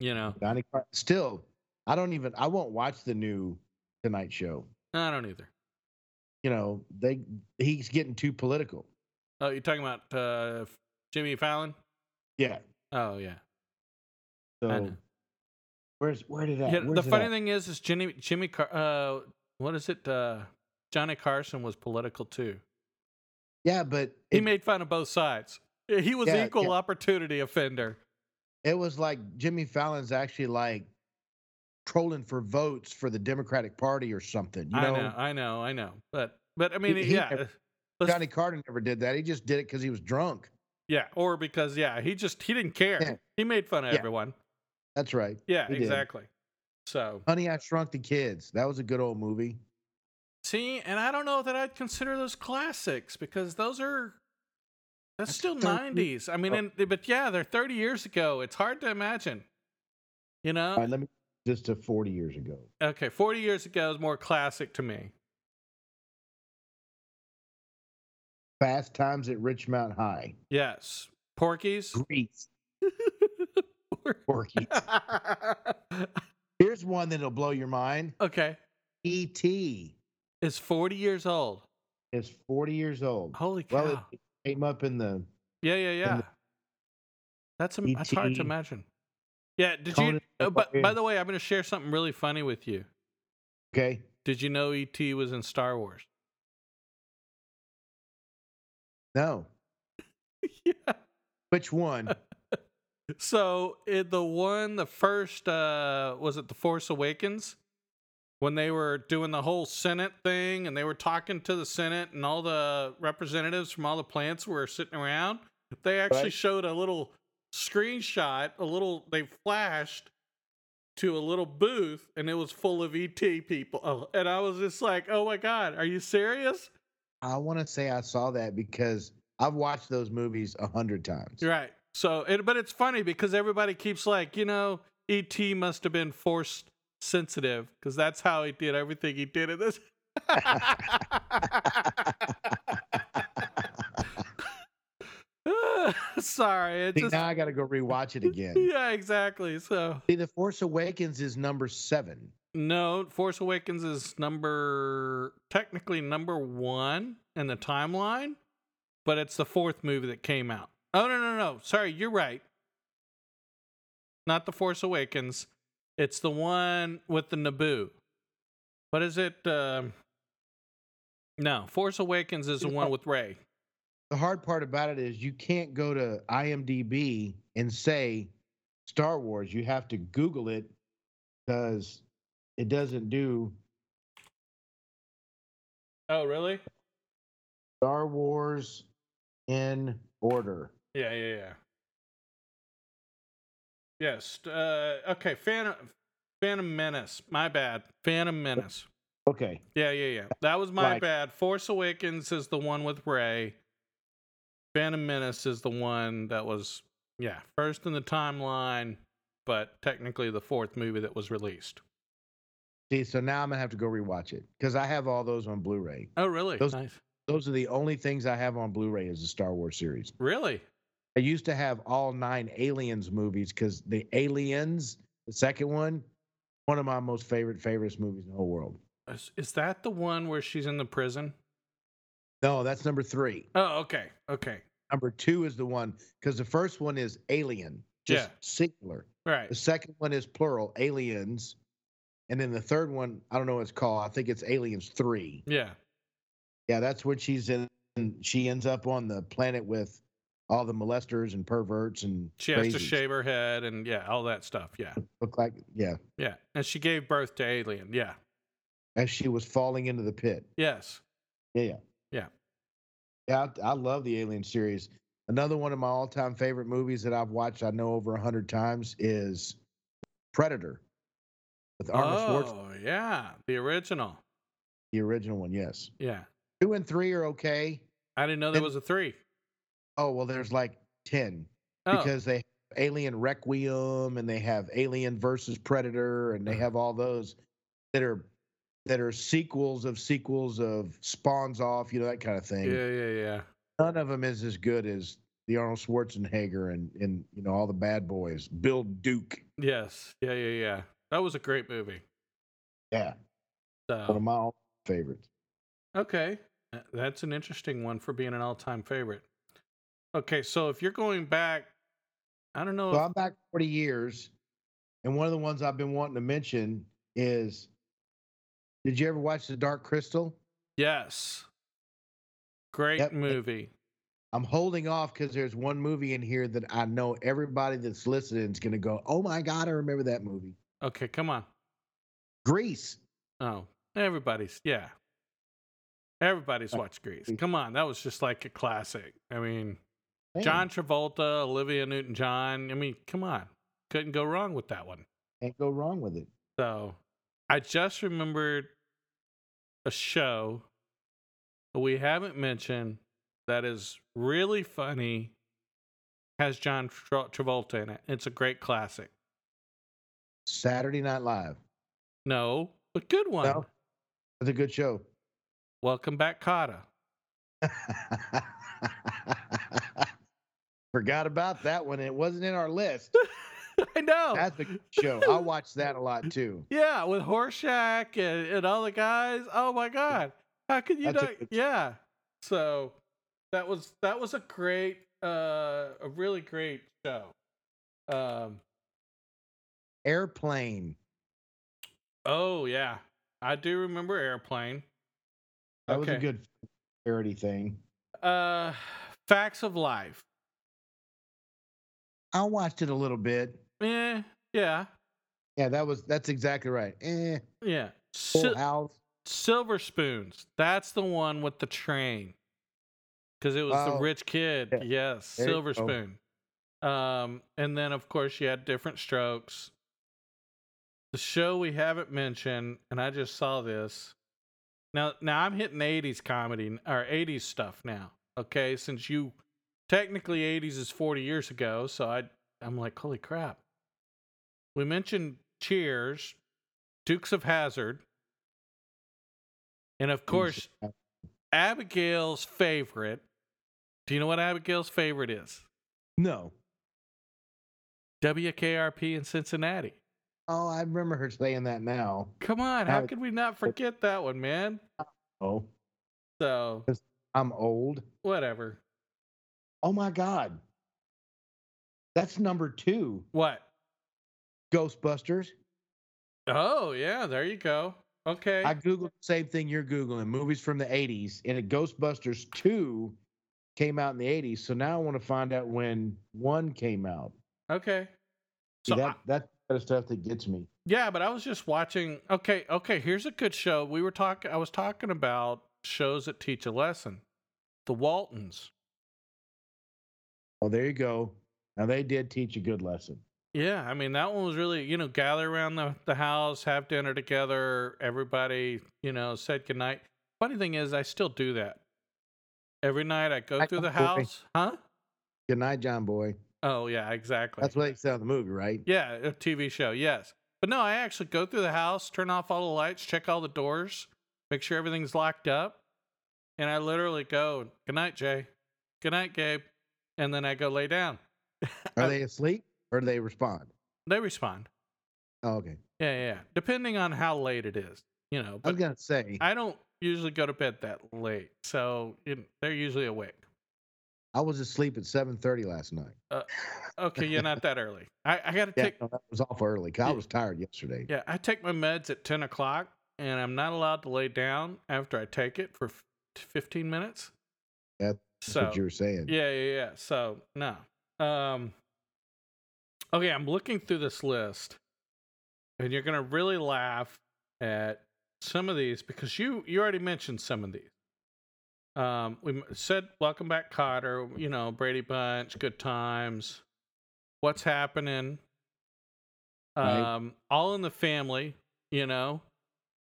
A: you know,
B: Johnny Car- Still, I don't even. I won't watch the new Tonight Show.
A: I don't either.
B: You know, they he's getting too political.
A: Oh, you're talking about uh, Jimmy Fallon?
B: Yeah.
A: Oh, yeah. I
B: So
A: know.
B: where's where did that?
A: Yeah,
B: where's
A: the
B: it
A: funny
B: at?
A: thing is, is Jimmy Jimmy Car- uh, what is it? Uh, Johnny Carson was political too.
B: Yeah, but
A: He
B: it,
A: made fun of both sides. He was
B: Yeah,
A: equal
B: yeah.
A: opportunity offender.
B: it was like Jimmy Fallon's actually like trolling for votes for the Democratic Party or something. You know,
A: I know, I know, I know. But but I mean,
B: He- he-
A: yeah, uh, let's-
B: Johnny Carter never did that. He just did it because he was drunk.
A: yeah, or because yeah, he just he didn't care.
B: Yeah.
A: He made fun of
B: Yeah.
A: everyone.
B: That's right.
A: Yeah,
B: He did.
A: exactly. So
B: Honey, I Shrunk the Kids. That was a good old movie.
A: see, and I don't know that I'd consider those classics because those are that's,
B: That's
A: still
B: 30
A: nineties. I mean,
B: Oh.
A: and, but yeah, they're thirty years ago. It's hard to imagine. You know,
B: All right, let me just to 40 years ago.
A: okay, 40 years ago is more classic to me.
B: Fast Times at Richmond High.
A: Yes. Porky's.
B: Grease. Porky. Here's one that'll blow your mind. E
A: okay.
B: E.T.
A: Is 40 years old.
B: is 40 years old.
A: Holy cow.
B: Well, it- Came up in the
A: yeah, yeah, yeah.
B: the-
A: That's, am- that's hard to
B: E.T..
A: imagine. Yeah, did you
B: Conan the
A: uh, but by
B: Barbarian.
A: the way, I'm going to share something really funny with you.
B: okay.
A: Did you know ET was in Star Wars?
B: No,
A: yeah.
B: which one?
A: So in the one, the first, uh, was it the Force Awakens, when they were doing the whole Senate thing, and they were talking to the Senate, and all the representatives from all the plants were sitting around. They actually
B: Right.
A: showed a little screenshot, a little they flashed to a little booth, and it was full of ET people, Oh, and I was just like, "Oh my god, are you serious?"
B: I want to say I saw that because I've watched those movies a hundred times.
A: You're Right. So, it, but it's funny because everybody keeps like, you know, ET must have been force sensitive because that's how he did everything he did in this. Sorry, it
B: See,
A: just
B: now I got to go rewatch it again.
A: yeah, exactly. So
B: See, The Force Awakens is number seven.
A: no, Force Awakens is number technically number one in the timeline, but it's the fourth movie that came out. Oh no no no! Sorry, you're right. Not the Force Awakens. It's the one with the Naboo. What is it? Um, no, Force Awakens is the one with Ray.
B: The hard part about it is you can't go to IMDb and say Star Wars. You have to Google it because it doesn't do
A: Oh really?
B: Star Wars in order.
A: Yeah, yeah, yeah. Yes. Uh, okay. Phantom, Phantom Menace. My bad. Phantom Menace.
B: Okay.
A: Yeah, yeah, yeah. That was my
B: Right.
A: bad. Force Awakens is the one with Ray. Phantom Menace is the one that was, yeah, first in the timeline, but technically the fourth movie that was released.
B: See, so now I'm gonna have to go rewatch it because I have all those on Blu-ray.
A: Oh, really?
B: Those-
A: nice.
B: Those are the only things I have on Blu-ray is the Star Wars series.
A: Really?
B: I used to have all nine Aliens movies because the Aliens, the second one, one of my most favorite favorites movies in the whole world.
A: Is, is that the one where she's in the prison?
B: No, that's number three.
A: Oh, okay. Okay.
B: Number two is the one because the first one is Alien, just
A: Yeah.
B: singular.
A: All right.
B: The second one is plural, Aliens, and then the third one I don't know what it's called. I think it's Aliens Three.
A: Yeah.
B: Yeah, that's when she's in. and She ends up on the planet with all the molesters and perverts and
A: She has to
B: crazies.
A: shave her head and, yeah, all that stuff. Yeah.
B: Look like yeah,
A: Yeah. And she gave birth to Alien. Yeah.
B: as she was falling into the pit.
A: Yes.
B: Yeah, I, I love the Alien series. Another one of my all-time favorite movies that I've watched, I know over a hundred times, is Predator with Arnold Schwarzenegger,
A: oh, yeah. The original.
B: the original one. Yes,
A: Yeah.
B: two and three are okay.
A: I didn't know there
B: And-
A: was a three.
B: Oh well, there's like ten
A: Oh,
B: because they have Alien Requiem and they have Alien versus Predator
A: Uh-huh.
B: and they have all those that are that are sequels of sequels of spawns off, you know that kind of
A: yeah,
B: thing.
A: yeah, yeah.
B: None of them is as good as the Arnold Schwarzenegger and and you know all the bad boys. Bill Duke.
A: Yes. Yeah, yeah, yeah. That was a great movie.
B: Yeah, one of
A: So,
B: my all favorites.
A: okay. Th- That's an interesting one for being an all time favorite. Okay. So if you're going back, I don't know.
B: So
A: if-
B: I'm back 40 years, and one of the ones I've been wanting to mention is, did you ever watch The Dark Crystal?
A: yes. Great
B: Yep.
A: movie.
B: I'm holding off because there's one movie in here that I know everybody that's listening is going to go, oh my God, I remember that movie.
A: Okay. Come on.
B: Grease.
A: Oh, everybody's. Yeah. Everybody's
B: Uh,
A: watched Grease. Come on. That was just like a classic. I mean,
B: Man.
A: John Travolta, Olivia Newton John. I mean, come on. Couldn't go wrong with that one.
B: Can't go wrong with it.
A: So I just remembered a show that we haven't mentioned that is really funny, has John Tra- Travolta in it. It's a great classic.
B: Saturday Night Live.
A: No, but good one.
B: No. That's a good show.
A: Welcome back, Cotta.
B: Forgot about that one. It wasn't in our list.
A: I know.
B: That's a good show. I watched that a lot too.
A: Yeah, with Horshack and, and all the guys. Oh my god. How could you
B: That's a
A: not
B: good-
A: Yeah. So that was that was a great uh a really great show. Um
B: Airplane.
A: oh yeah. I do remember Airplane.
B: That was a
A: Okay.
B: good parody thing.
A: Uh Facts of Life.
B: I watched it a little bit.
A: Eh, yeah.
B: Yeah, that was that's exactly right. Eh,
A: Yeah.
B: full
A: Sil-
B: house.
A: Silver Spoons. That's the one with the train. Because it was the
B: Oh,
A: rich kid.
B: yeah.
A: Yes.
B: There you
A: Silver
B: go.
A: Spoon. Um, and then, of course, you had different strokes. The show we haven't mentioned, and I just saw this. Now, now I'm hitting 80s comedy n- or 80s stuff now. Okay. Since you technically 80s is 40 years ago. So I, I'm like, holy crap. We mentioned Cheers, Dukes of Hazard. And of course, Abigail's favorite. Do you know what Abigail's favorite is?
B: No.
A: WKRP in Cincinnati.
B: Oh, I remember her saying that now.
A: Come on, how
B: Ab-
A: could we not forget that one, man?
B: Oh,
A: So,
B: I'm old.
A: whatever.
B: Oh my God. That's number two.
A: What?
B: Ghostbusters.
A: Oh, yeah, there you go. Okay.
B: I googled the same thing you're googling. Movies from the '80s, and it- Ghostbusters two came out in the '80s. So now I want to find out when one came out.
A: okay.
B: See,
A: So,
B: that
A: I-
B: that's the kind of stuff that gets me.
A: yeah, but I was just watching. Okay, okay, here's a good show. We were talking, I was talking about shows that teach a lesson. The Waltons.
B: Oh, there you go. Now they did teach a good lesson.
A: Yeah, I mean that one was really, you know, gather around the, the house, have dinner together, everybody, you know, said goodnight. Funny thing is I still do that. Every night I go
B: Like
A: through
B: a
A: the
B: boy.
A: house. Huh?
B: Good night, John Boy.
A: Oh yeah, exactly.
B: That's what they said on the movie, right?
A: yeah, a TV show, yes. But no, I actually go through the house, turn off all the lights, check all the doors, make sure everything's locked up, and I literally go, Good night, Jay. Good night, Gabe. And then I go lay down.
B: Are
A: I-
B: they asleep or do they respond?
A: They respond.
B: Oh, okay.
A: Yeah, yeah. Depending on how late it is, you know.
B: I
A: But
B: was gonna say I,
A: I don't usually go to bed that late, so you know, they're usually awake.
B: was asleep at 7:30 last night.
A: Uh, Okay, you're not that early. I, I gotta
B: Yeah,
A: take
B: no, that was off early. 'cause I
A: Yeah.
B: was tired yesterday.
A: yeah, I take my meds at ten o'clock, and I'm not allowed to lay down after I take it for f- fifteen minutes.
B: Yeah, That's
A: so
B: what you were saying.
A: yeah, yeah, yeah. So no. Um. Okay, I'm looking through this list, and you're gonna really laugh at some of these because you you already mentioned some of these. Um, we m- said welcome back, Cotter. You know Brady Bunch, good times. What's happening?
B: Right.
A: Um, all in the family. You know,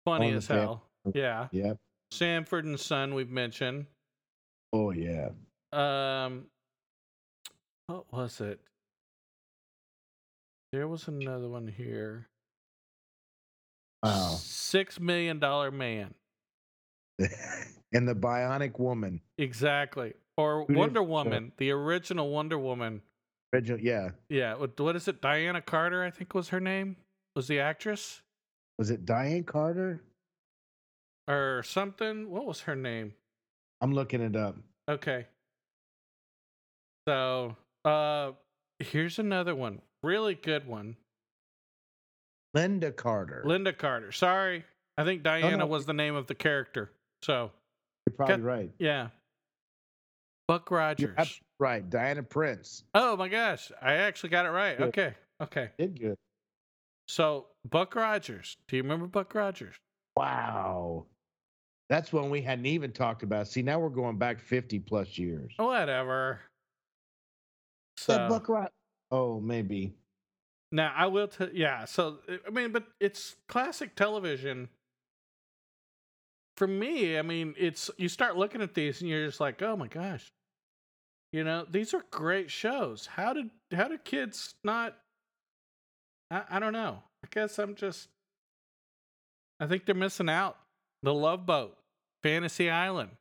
B: All
A: funny
B: in the
A: as
B: Fam-
A: hell. Yeah,
B: Yep.
A: Sanford and Son. We've mentioned.
B: Oh yeah.
A: Um, what was it? There was another one here.
B: Wow.
A: Six million dollar man.
B: and the Bionic Woman.
A: Exactly. Or
B: did-
A: Wonder Woman, the original Wonder Woman.
B: Original, yeah.
A: Yeah, what what is it? Diana Carter, I think was her name, was the actress
B: Was it Diane Carter?
A: or something. What was her name?
B: I'm looking it up.
A: Okay. So, uh, here's another one, really good one.
B: Linda Carter.
A: Linda Carter. Sorry, I think Diana
B: no.
A: was the name of the character. So,
B: You're probably right.
A: yeah. Buck Rogers.
B: You're abs- right. Diana Prince.
A: Oh my gosh, I actually got it right.
B: Yeah.
A: Okay, okay.
B: Did good.
A: So Buck Rogers. Do you remember Buck Rogers?
B: Wow. That's one we hadn't even talked about. See, now we're going back 50 plus years.
A: Whatever.
B: That
A: Oh, So
B: Buck Ro- Oh, maybe.
A: now I will. T- yeah. So eh, I- I mean, but it's classic television. For me, I mean, it's you start looking at these and you're just like, oh my gosh, you know, these are great shows. How did how do kids not? I, I don't know. I guess I'm just. I think they're missing out. The Love Boat, Fantasy Island.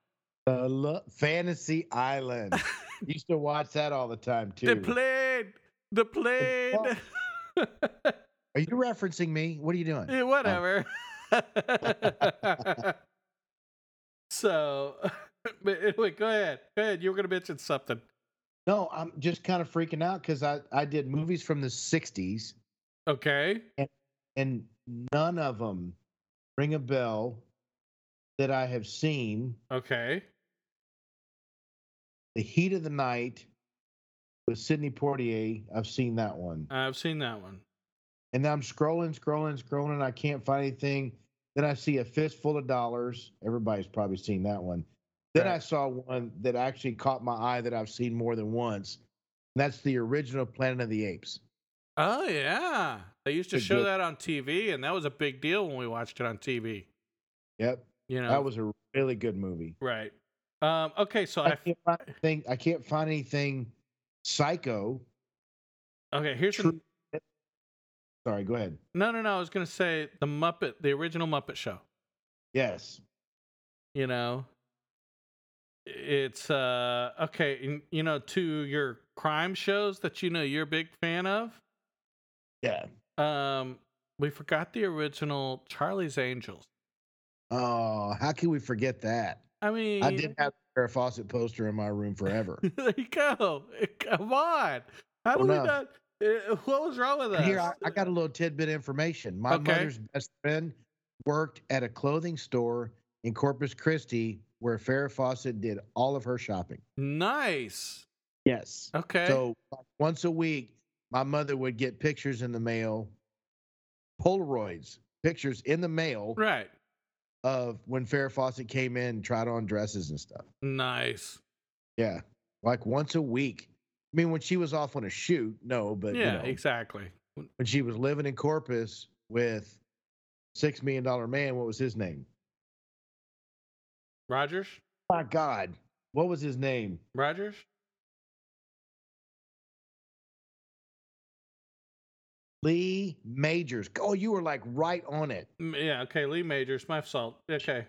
B: The Lo- Fantasy Island. Used to watch that all the time, too.
A: The plane. The plane.
B: Are you referencing me? What are you doing?
A: Yeah, Eh, whatever. so, but anyway, go ahead. Go ahead. You were going to mention something.
B: No, I'm just kind of freaking out because I, I did movies from the 60s
A: Okay.
B: and none of them ring a bell that I have seen.
A: Okay.
B: The Heat of the Night with Sidney Portier. I've seen that one.
A: I've seen that one.
B: And then I'm scrolling, scrolling, scrolling. and I can't find anything. Then I see a fistful of dollars. Everybody's probably seen that one. Then I
A: Right.
B: saw one that actually caught my eye that I've seen more than once. And that's the original Planet of the Apes.
A: Oh, yeah. They used to
B: Good,
A: show
B: good.
A: that on TV, and that was a big deal when we watched it on TV.
B: Yep.
A: You know,
B: That was a really good movie.
A: right. Um, okay. So,
B: I
A: I,
B: can't find anything. I can't find anything psycho.
A: okay, here's
B: True.
A: an,
B: Sorry, go ahead.
A: no, no, no. I was going to say the Muppet, the original Muppet Show.
B: Yes.
A: you know it's uh okay and, you know to your crime shows that you know you're a big fan of
B: Yeah.
A: um we forgot the original charlie's angels
B: Oh, how can we forget that?
A: i mean
B: I did have a Farrah Fawcett poster in my room forever.
A: there you go come on how do we
B: Well, no.
A: not eh, what was wrong with us
B: And Here, I, I got a little tidbit of information. My
A: Okay.
B: mother's best friend worked at a clothing store in Corpus Christi where Farrah Fawcett did all of her shopping.
A: nice
B: Yes.
A: okay
B: So like, once a week, my mother would get pictures in the mail, Polaroids, pictures in the mail
A: right
B: of when Farrah Fawcett came in and tried on dresses and stuff.
A: nice
B: Yeah. Like once a week. I mean, when she was off on a shoot, no, but you
A: yeah
B: know.
A: exactly
B: when she was living in Corpus with six million dollar man. What was his name?
A: rogers
B: My God, what was his name?
A: rogers
B: Lee Majors. Oh, you were like right on it.
A: M- yeah okay lee majors my fault okay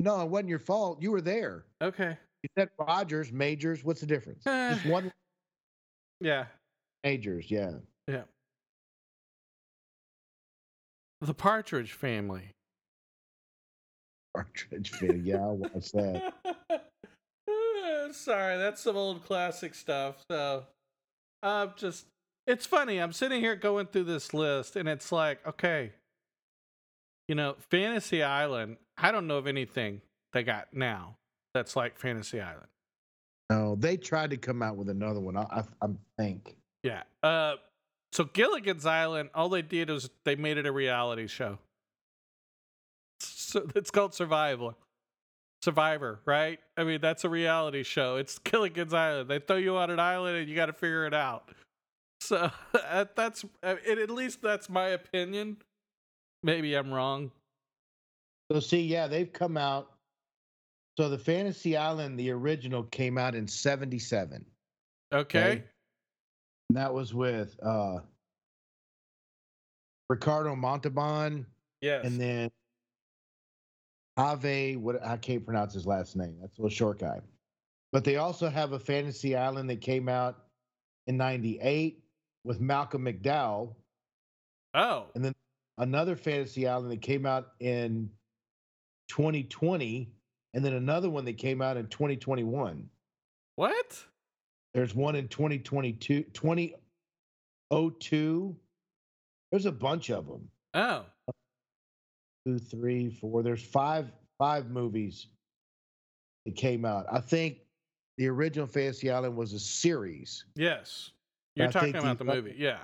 B: No, it wasn't your fault. You were there.
A: okay
B: You said Rogers, Majors. What's the difference?
A: Eh.
B: Just one
A: yeah
B: Majors. Yeah.
A: The Partridge Family.
B: Partridge Family. Yeah, I watched that.
A: Sorry, that's some old classic stuff. So I'm just, it's funny. I'm sitting here going through this list and it's like, okay, you know, Fantasy Island, I don't know of anything they got now that's like Fantasy Island.
B: No, they tried to come out with another one. I, I, I think.
A: Yeah. Uh, so Gilligan's Island, all they did was they made it a reality show. So it's called Survival. Survivor, right? I mean, that's a reality show. It's Gilligan's Island. They throw you on an island and you got to figure it out. So uh, that's uh, it, at least that's my opinion. Maybe I'm wrong.
B: So see, yeah, they've come out. So the Fantasy Island, the original, came out in '77.
A: Okay.
B: Okay. And that was with uh, Ricardo Montalban
A: Yes.
B: and then Ave. What I can't pronounce his last name. That's a little short guy. But they also have a Fantasy Island that came out in 98 with Malcolm McDowell,
A: Oh,
B: And another Fantasy Island that came out in 2020, and then another one that came out in 2021.
A: what?
B: There's one in 2022, 2002. There's a bunch of them.
A: Oh,
B: Two, three, four. There's five five movies that came out. I think the original Fantasy Island was a series.
A: yes. You're
B: I
A: talking
B: think
A: about the
B: these-
A: movie. Yeah.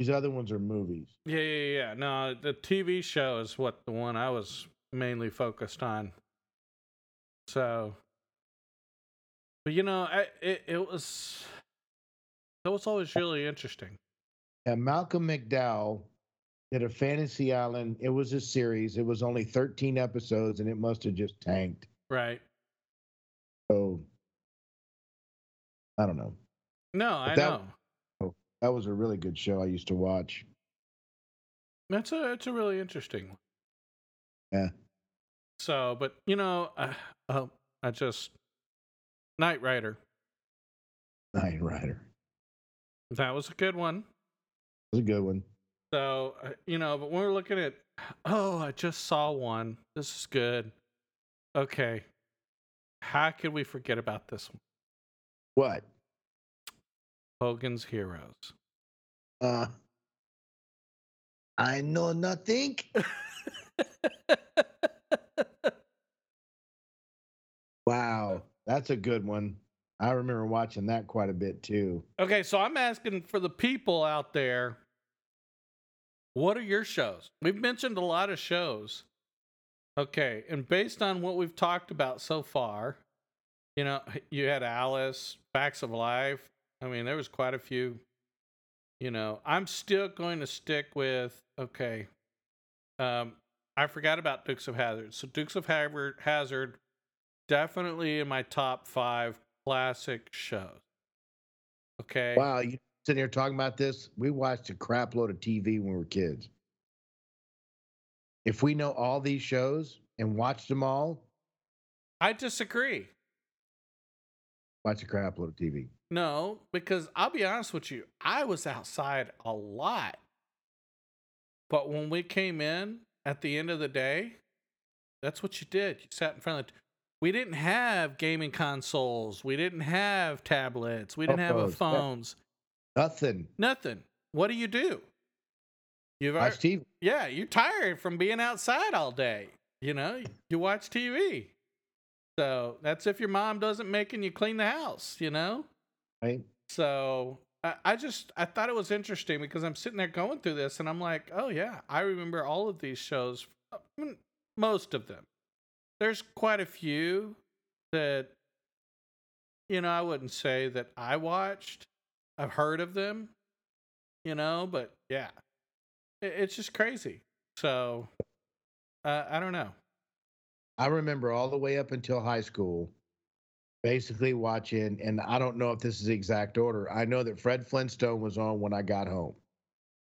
B: These other ones are movies.
A: Yeah, yeah, yeah. No, the TV show is what the one I was mainly focused on. So, but you know, I, it it was that was always really interesting.
B: And Malcolm McDowell did a Fantasy Island. It was a series. It was only 13 episodes, and it must have just tanked.
A: Right.
B: So I don't know.
A: No, I
B: that-
A: know.
B: That was a really good show I used to watch.
A: That's a it's a really interesting one.
B: Yeah.
A: So, but you know, uh, oh, I just Knight Rider.
B: Knight Rider.
A: That was a good one.
B: It was a good one.
A: So, uh, you know, but we're looking at, oh, I just saw one. This is good. Okay. How could we forget about this one?
B: What?
A: Hogan's Heroes.
B: Uh I know nothing. Wow. That's a good one. I remember watching that quite a bit too.
A: okay, so I'm asking for the people out there what are your shows? We've mentioned a lot of shows. Okay, and based on what we've talked about so far, you know, you had Alice, Facts of Life. I mean, there was quite a few. You know, I'm still going to stick with okay. Um, I forgot about Dukes of Hazard. So Dukes of Hazard, Hazard, definitely in my top five classic shows. Okay.
B: Wow, you sitting here talking about this? We watched a crap load of TV when we were kids. If we know all these shows and watched them all,
A: I disagree.
B: watch a crap load of TV.
A: No, because I'll be honest with you, I was outside a lot. But when we came in at the end of the day, that's what you did. You sat in front of the t- we didn't have gaming consoles. We didn't have tablets. We didn't have uh,
B: Phones, yeah.
A: phones.
B: Nothing.
A: Nothing. What do you do? You've
B: Watch
A: ar-
B: TV.
A: yeah, you're tired from being outside all day. You know, you watch TV. So that's if your mom doesn't making you clean the house. You know.
B: Right?
A: So I, I just I thought it was interesting because I'm sitting there going through this and I'm like, oh yeah, I remember all of these shows, I mean, most of them. There's quite a few that you know I wouldn't say that I watched. I've heard of them, you know, but yeah, it, it's just crazy. So uh, I don't know.
B: I remember all the way up until high school, basically watching, and I don't know if this is the exact order. I know that Fred Flintstone was on when I got home,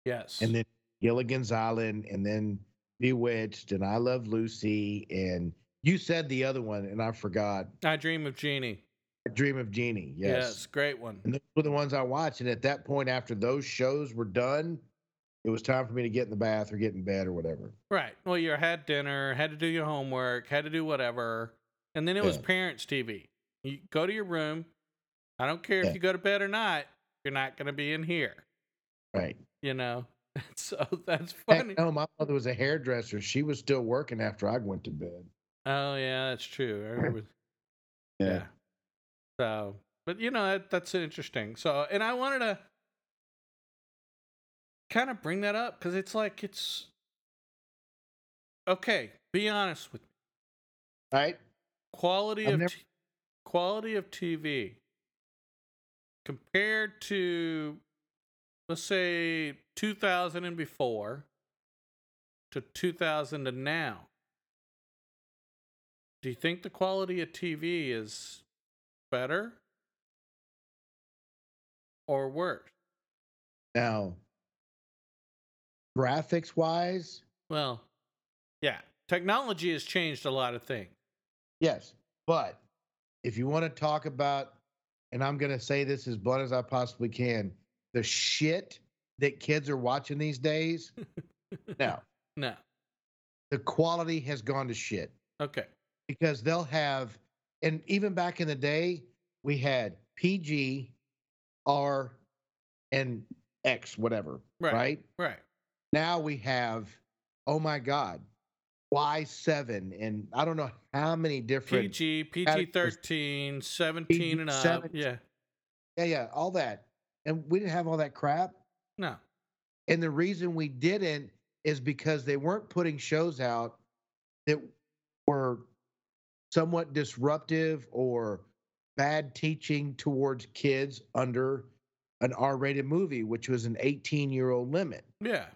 A: Yes,
B: and then Gilligan's Island, and then Bewitched, and I Love Lucy, and you said the other one, and I forgot.
A: I Dream of Jeannie.
B: I Dream of Jeannie. Yes.
A: yes great one.
B: And those were the ones I watched. And at that point, after those shows were done, it was time for me to get in the bath or get in bed or whatever.
A: Right. Well, you had dinner, had to do your homework, had to do whatever. And then it was
B: Yeah.
A: parents' TV. You go to your room. I don't care
B: Yeah.
A: if you go to bed or not, you're not going to be in here,
B: Right.
A: you know? So that's funny.
B: Heck, no, my mother was a hairdresser. She was still working after I went to bed.
A: Oh, yeah, that's true. I remember. yeah. So, but you know, that, that's interesting. So, and I wanted to kind of bring that up because it's like, it's okay, be honest with me.
B: Right.
A: quality
B: I've
A: of
B: never-
A: t- quality of TV compared to let's say 2000 and before to 2000 and now do you think the quality of TV is better or worse
B: Now, graphics wise,
A: well yeah technology has changed a lot of things
B: yes, but if you want to talk about, and I'm going to say this as blunt as I possibly can, the shit that kids are watching these days. now,
A: No.
B: the quality has gone to shit
A: Okay.
B: because they'll have, and even back in the day, we had PG, R, and X, whatever,
A: Right.
B: right?
A: Right.
B: now we have oh my god y7 and i don't know how many different
A: PG, PG 13, 17 and up.
B: 17.
A: Yeah.
B: yeah yeah all that and we didn't have all that crap
A: No.
B: and the reason we didn't is because they weren't putting shows out that were somewhat disruptive or bad teaching towards kids under an r-rated movie which was an 18 year old limit
A: Yeah.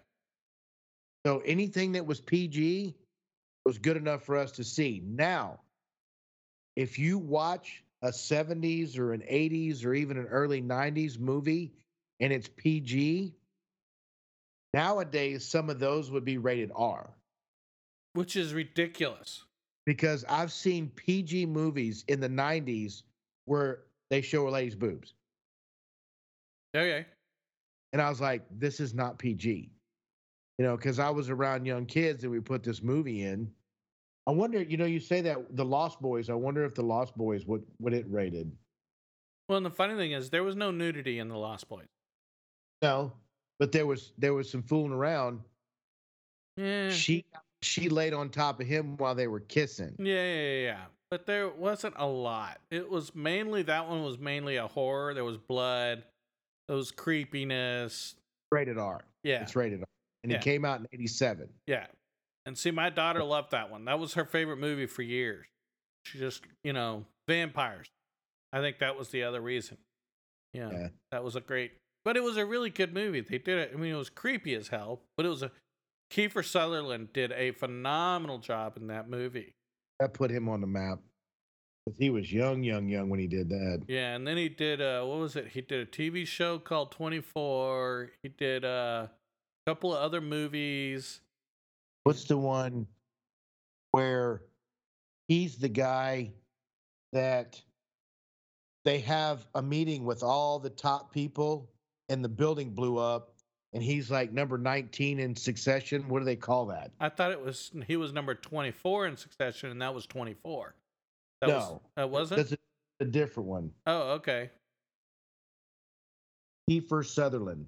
B: So anything that was PG was good enough for us to see. Now, if you watch a 70s or an 80s or even an early 90s movie and it's PG, nowadays some of those would be rated R
A: Which is ridiculous.
B: because I've seen PG movies in the 90s where they show a lady's boobs.
A: Okay.
B: And I was like, this is not PG. You know, because I was around young kids and we put this movie in. I wonder, you know, you say that the Lost Boys, I wonder if the Lost Boys would would it rated.
A: Well, and the funny thing is, there was no nudity in the Lost Boys.
B: No. But there was there was some fooling around.
A: Yeah.
B: She she laid on top of him while they were kissing.
A: Yeah, yeah, yeah, yeah. But there wasn't a lot. It was mainly that one was mainly a horror. There was blood. There was creepiness.
B: Rated R.
A: Yeah,
B: It's rated R. And
A: Yeah.
B: it came out in eighty seven.
A: yeah. And see, my daughter loved that one. That was her favorite movie for years. She just, you know, vampires. I think that was the other reason. Yeah,
B: Yeah.
A: that was a great. But it was a really good movie. They did it. I mean, it was creepy as hell, but it was a. Kiefer Sutherland did a phenomenal job in that movie.
B: That put him on the map. 'Cause he was young, young, young when he did that.
A: Yeah, and then he did uh what was it? He did a TV show called 24. He did uh, a couple of other movies.
B: What's the one where he's the guy that they have a meeting with all the top people and the building blew up and he's like number 19 in succession? What do they call that?
A: I thought it was he was number 24 in Succession and that was 24. That was
B: No.
A: that wasn't?
B: That's a, a different one.
A: oh, okay.
B: Kiefer Sutherland.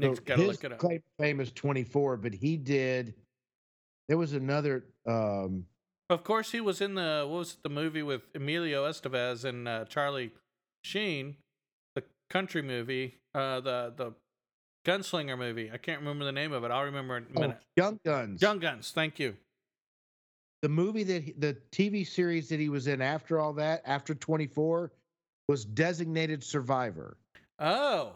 B: So
A: Nick's got to
B: his
A: look it up.
B: Claim to fame is 24, but he did. There was another. Um,
A: Of course he was in the what was it, the movie with Emilio Estevez and uh, Charlie Sheen, the country movie, uh the the gunslinger movie. I can't remember the name of it. I'll remember in a
B: oh,
A: minute.
B: Young Guns.
A: Young Guns, thank you.
B: the movie that he, the TV series that he was in after all that, after 24, was Designated Survivor.
A: Oh,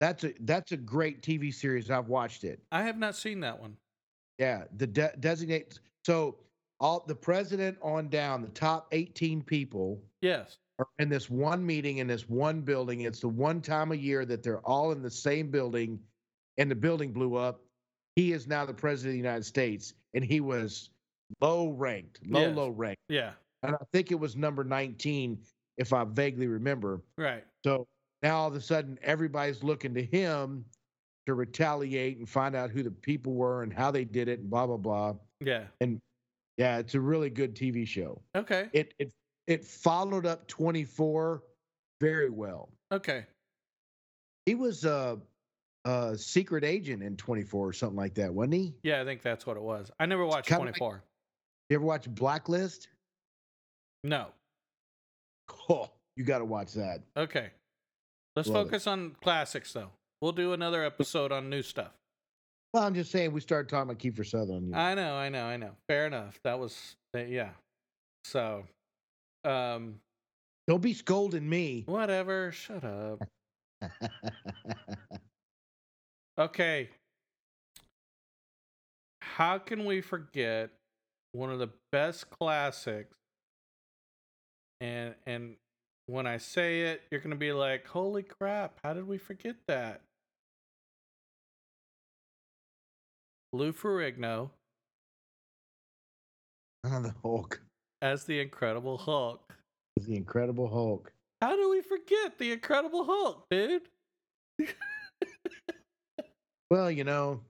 B: That's a that's a great TV series. I've watched it.
A: I have not seen that one.
B: Yeah, the de- designate. So all the president on down, the top 18 people
A: Yes.
B: are in this one meeting in this one building. It's the one time a year that they're all in the same building, and the building blew up. He is now the president of the United States, and he was low ranked, low
A: Yes.
B: low ranked.
A: Yeah.
B: and I think it was number 19, if I vaguely remember.
A: Right.
B: So now all of a sudden, everybody's looking to him to retaliate and find out who the people were and how they did it and blah blah blah.
A: Yeah.
B: Yeah, it's a really good TV show.
A: Okay.
B: It it it followed up 24 very well.
A: Okay.
B: He was a, a secret agent in 24 or something like that, wasn't he?
A: Yeah, I think that's what it was. I never watched
B: kinda like-
A: 24.
B: You ever watch Blacklist?
A: No.
B: Oh, you got to watch that.
A: Okay. Let's
B: Love it.
A: focus on classics though. We'll do another episode on new stuff.
B: Well, I'm just saying we started talking about Kiefer Sutherland. you know.
A: I know, I know, I know. Fair enough. That was that- yeah. So, um
B: Don't be scolding me.
A: whatever, shut up.
B: Ah,
A: Okay. How can we forget one of the best classics? And and when I say it, you're gonna be like, "Holy crap! How did we forget that?" Lou Ferrigno,
B: Oh, the Hulk.
A: as the Incredible Hulk.
B: The Incredible Hulk.
A: How do we forget the Incredible Hulk, dude?
B: Well, you know,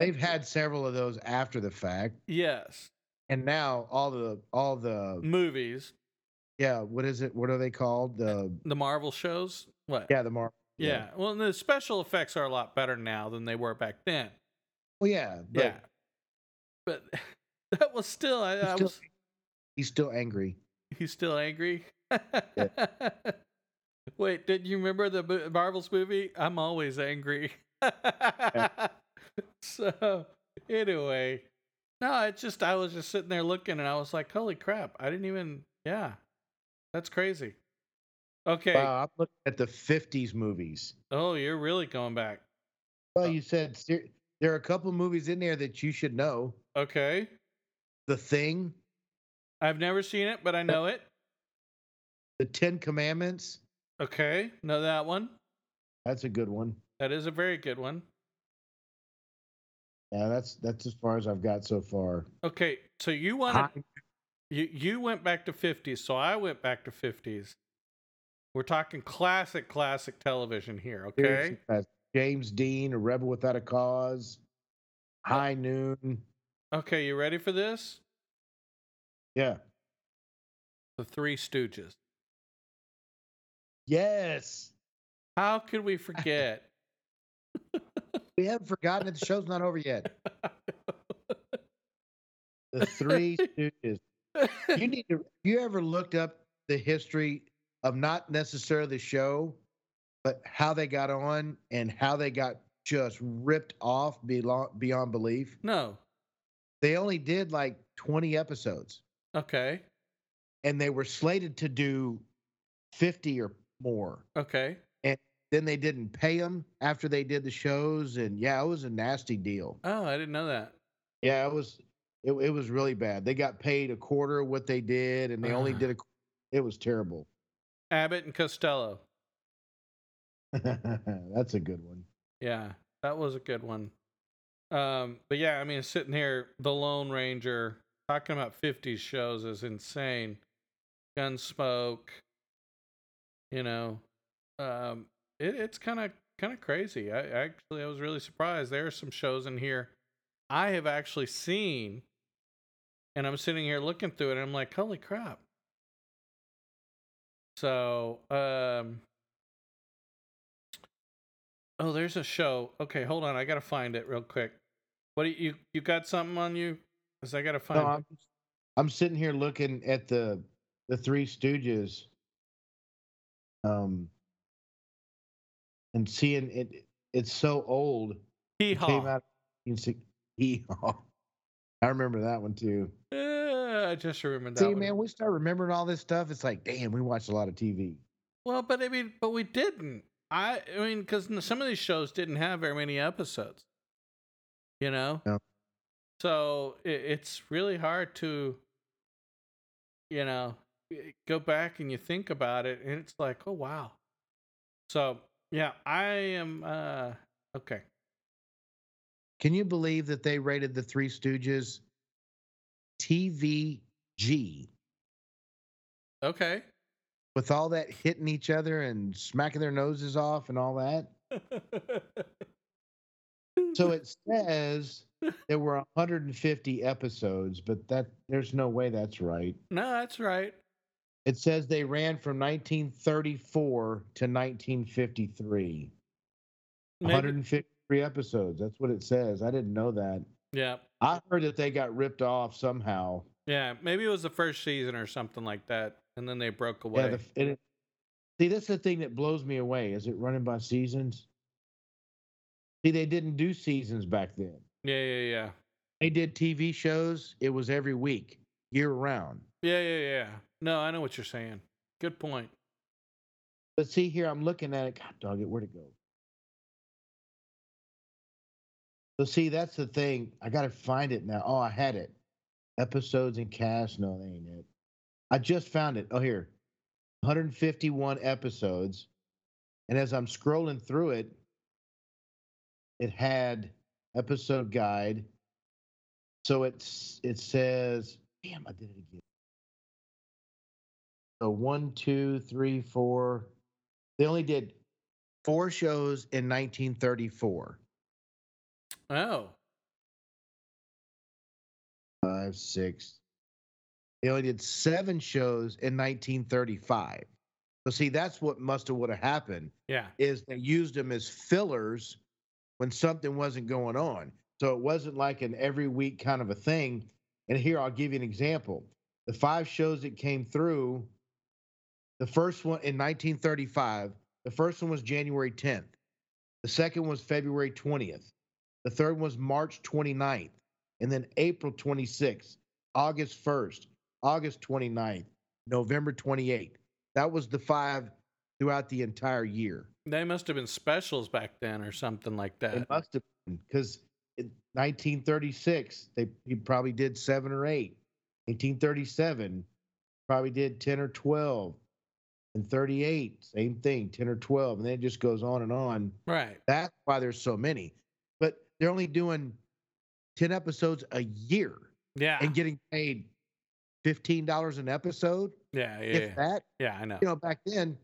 B: they've had several of those after the fact,
A: yes,
B: and now all the all
A: Mm.
B: the
A: movies,
B: yeah, what is it? What are they called? The
A: the Marvel shows. What?
B: yeah, the Marvel.
A: Yeah. Well, and the special effects are a lot better now than they were back then.
B: Well, oh, yeah, but
A: yeah. But that was still I,
B: He's
A: I
B: still-
A: was
B: he's still angry.
A: he's still angry. Wait, did you remember the mo- Marvels movie? I'm always angry. So, anyway, no, it's just I was just sitting there looking and I was like, "Holy crap, I didn't even yeah. That's crazy." Okay.
B: Wow, I'm looking at the '50s movies.
A: Oh, you're really going back.
B: Well, you said ser- there are a couple movies in there that you should know.
A: Okay.
B: The Thing,
A: I've never seen it, but I know it.
B: The Ten Commandments.
A: Okay. Know that one.
B: That's a good one.
A: That is a very good one.
B: Yeah, that's that's as far as I've got so far.
A: Okay, so you wanted You you went back to 50s, so I went back to 50s. We're talking classic classic television here, okay?
B: Seriously, guys. James Dean, A Rebel Without a Cause, High Noon.
A: Okay, you ready for this?
B: Yeah.
A: The Three Stooges.
B: Yes.
A: How could we forget?
B: We haven't forgotten it. The show's not over yet. The Three Stooges. You need to. You ever looked up the history of not necessarily the show, but how they got on and how they got just ripped off beyond beyond belief?
A: no.
B: They only did like twenty episodes,
A: Okay.
B: and they were slated to do fifty or more.
A: Okay.
B: Then they didn't pay them after they did the shows, and yeah, it was a nasty deal.
A: Oh, I didn't know that.
B: Yeah, it was it, it was really bad. They got paid a quarter of what they did, and they only
A: Ugh.
B: did a. qu- It was terrible.
A: Abbott and Costello.
B: That's a good one.
A: Yeah, that was a good one. Um, but yeah, I mean, sitting here, The Lone Ranger, talking about 50s shows is insane. Gunsmoke, you know, um, it, it's kind of kind of crazy. I actually I was really surprised. There are some shows in here I have actually seen, and I'm sitting here looking through it, and I'm like, holy crap. So, um, Oh, there's a show. Okay, hold on. I gotta find it real quick. What do you you got something on you? Cause I gotta find.
B: No, I'm, I'm sitting here looking at the the Three Stooges, um, and seeing it. It's so old. It
A: Hee-haw.
B: came out. in six- Hee-haw. I remember that one too.
A: Uh, I just remembered that
B: See,
A: one.
B: man, we start remembering all this stuff. It's like, damn, we watched a lot of TV.
A: Well, but I mean, but we didn't. I I mean, because some of these shows didn't have very many episodes. You know.
B: No.
A: So it, it's really hard to, you know, y- go back and you think about it, and it's like, oh wow. So yeah, I am. uh Okay.
B: Can you believe that they rated the Three Stooges TVG
A: Okay.
B: with all that hitting each other and smacking their noses off and all that? So it says there were 150 episodes, but that there's no way that's right.
A: no, that's right.
B: It says they ran from 1934 to 1953.
A: Maybe-
B: 153 episodes. That's what it says. I didn't know that.
A: yeah,
B: I heard that they got ripped off somehow.
A: yeah. Maybe it was the first season or something like that, and then they broke away.
B: Yeah, the, and it, see, that's the thing that blows me away. Is it running by seasons? See, they didn't do seasons back then.
A: yeah, yeah, yeah,
B: They did TV shows. It was every week, year round.
A: yeah, yeah, yeah. No, I know what you're saying. Good point.
B: But see here, I'm looking at it. God dog it, where'd it go? So see, that's the thing. I gotta find it now. Oh, I had it. Episodes and cast. No, that ain't it. I just found it. Oh, here. 151 episodes. And as I'm scrolling through it, it had episode guide. So it's it says, damn, I did it again. So one, two, three, four. They only did four shows in 1934.
A: Oh,
B: Five, six. They only did seven shows in 1935. So see, that's what must have would have happened
A: yeah.
B: is they used them as fillers when something wasn't going on. So it wasn't like an every week kind of a thing. And here I'll give you an example. The five shows that came through, the first one in 1935, the first one was January 10th. The second was February 20th. The third one was March 29th. And then April 26th, August 1st, August 29th, November 28th. That was the five throughout the entire year.
A: They must have been specials back then or something like that.
B: It must have been because in 1936 they he probably did seven or eight. 1837 probably did 10 or 12. And 38, same thing, 10 or 12, and then it just goes on and on.
A: Right.
B: That's why there's so many. But they're only doing 10 episodes a year
A: Yeah.
B: and getting paid $15 an episode,
A: yeah. Yeah.
B: if
A: Yeah.
B: that.
A: Yeah, I know.
B: You know, back then,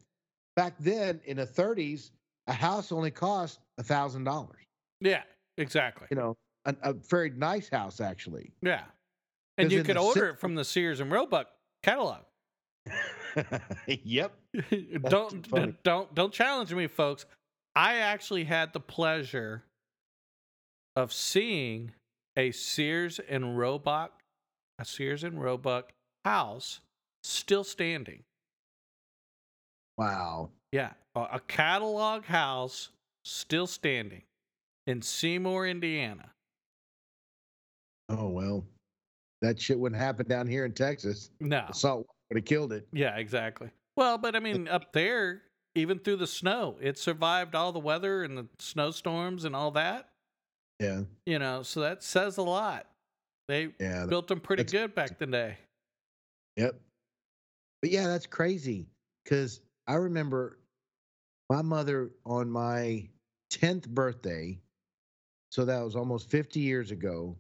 B: back then in the 30s, a house only cost a thousand dollars.
A: Yeah. Exactly.
B: you know, a, a very nice house actually.
A: Yeah. And
B: 'Cause
A: you
B: in
A: could
B: the
A: order
B: six-
A: it from the Sears and Roebuck catalog.
B: yep.
A: don't
B: funny.
A: don't don't challenge me, folks. I actually had the pleasure of seeing a Sears and Roebuck, a Sears and Roebuck house still standing.
B: Wow.
A: Yeah, a, a catalog house still standing in Seymour, Indiana.
B: Oh well, that shit wouldn't happen down here in Texas.
A: No,
B: The Salt would have killed it.
A: yeah, exactly. Well, but I mean, up there, even through the snow, it survived all the weather and the snowstorms and all that.
B: Yeah.
A: You know, so that says a lot. They
B: Yeah.
A: built them pretty
B: that's-
A: good back in the day.
B: Yep. But yeah, that's crazy because I remember my mother on my 10th birthday, so that was almost 50 years ago,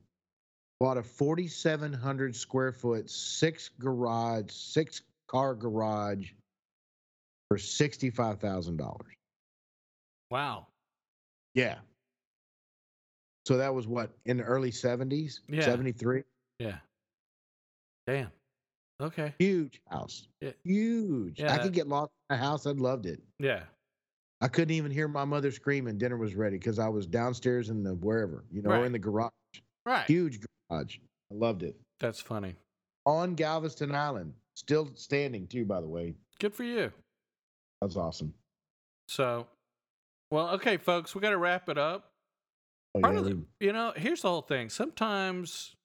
B: bought a 4,700 square foot, six garage, six car garage for $65,000.
A: Wow.
B: Yeah. So that was what, in the early 70s?
A: Yeah.
B: 73?
A: Yeah. Damn. Okay.
B: Huge house.
A: Yeah.
B: Huge.
A: Yeah,
B: I could
A: that-
B: get lost in a house. I'd loved it.
A: Yeah.
B: I couldn't even hear my mother screaming. Dinner was ready because I was downstairs in the wherever, you know,
A: Right.
B: in the garage,
A: Right.
B: huge garage. I loved it.
A: That's funny.
B: On Galveston Island, still standing too. By the way,
A: Good for you.
B: that's awesome.
A: So, well, okay, folks, we got to wrap it up.
B: Oh,
A: Part
B: yeah,
A: of the-
B: we-
A: you know, here's the whole thing. Sometimes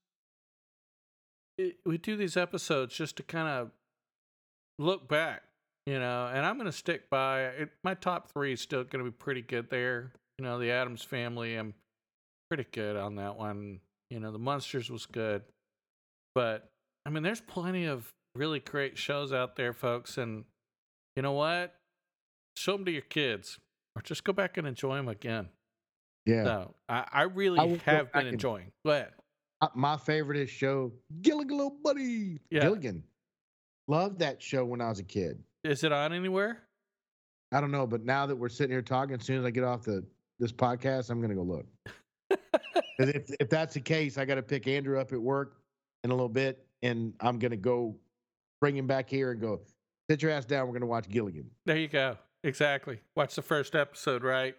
A: it, we do these episodes just to kind of look back, you know, and I'm going to stick by it, my top three is still going to be pretty good there. You know, the Adams family, I'm pretty good on that one. You know, the Munsters was good. But I mean, there's plenty of really great shows out there, folks. And you know what? Show them to your kids or just go back and enjoy them again.
B: yeah.
A: No, I, I
B: I
A: really
B: will go
A: have
B: back
A: been
B: and-
A: enjoying. Go ahead.
B: Uh, My favorite is show Gilligan, Little buddy.
A: Yeah.
B: Gilligan. Loved that show when I was a kid.
A: Is it on anywhere?
B: I don't know, but now that we're sitting here talking, as soon as I get off the this podcast, I'm gonna go look. 'Cause if if that's the case, I got to pick Andrew up at work in a little bit, and I'm gonna go bring him back here and go sit your ass down. We're gonna watch Gilligan.
A: There you go. Exactly. Watch the first episode, right?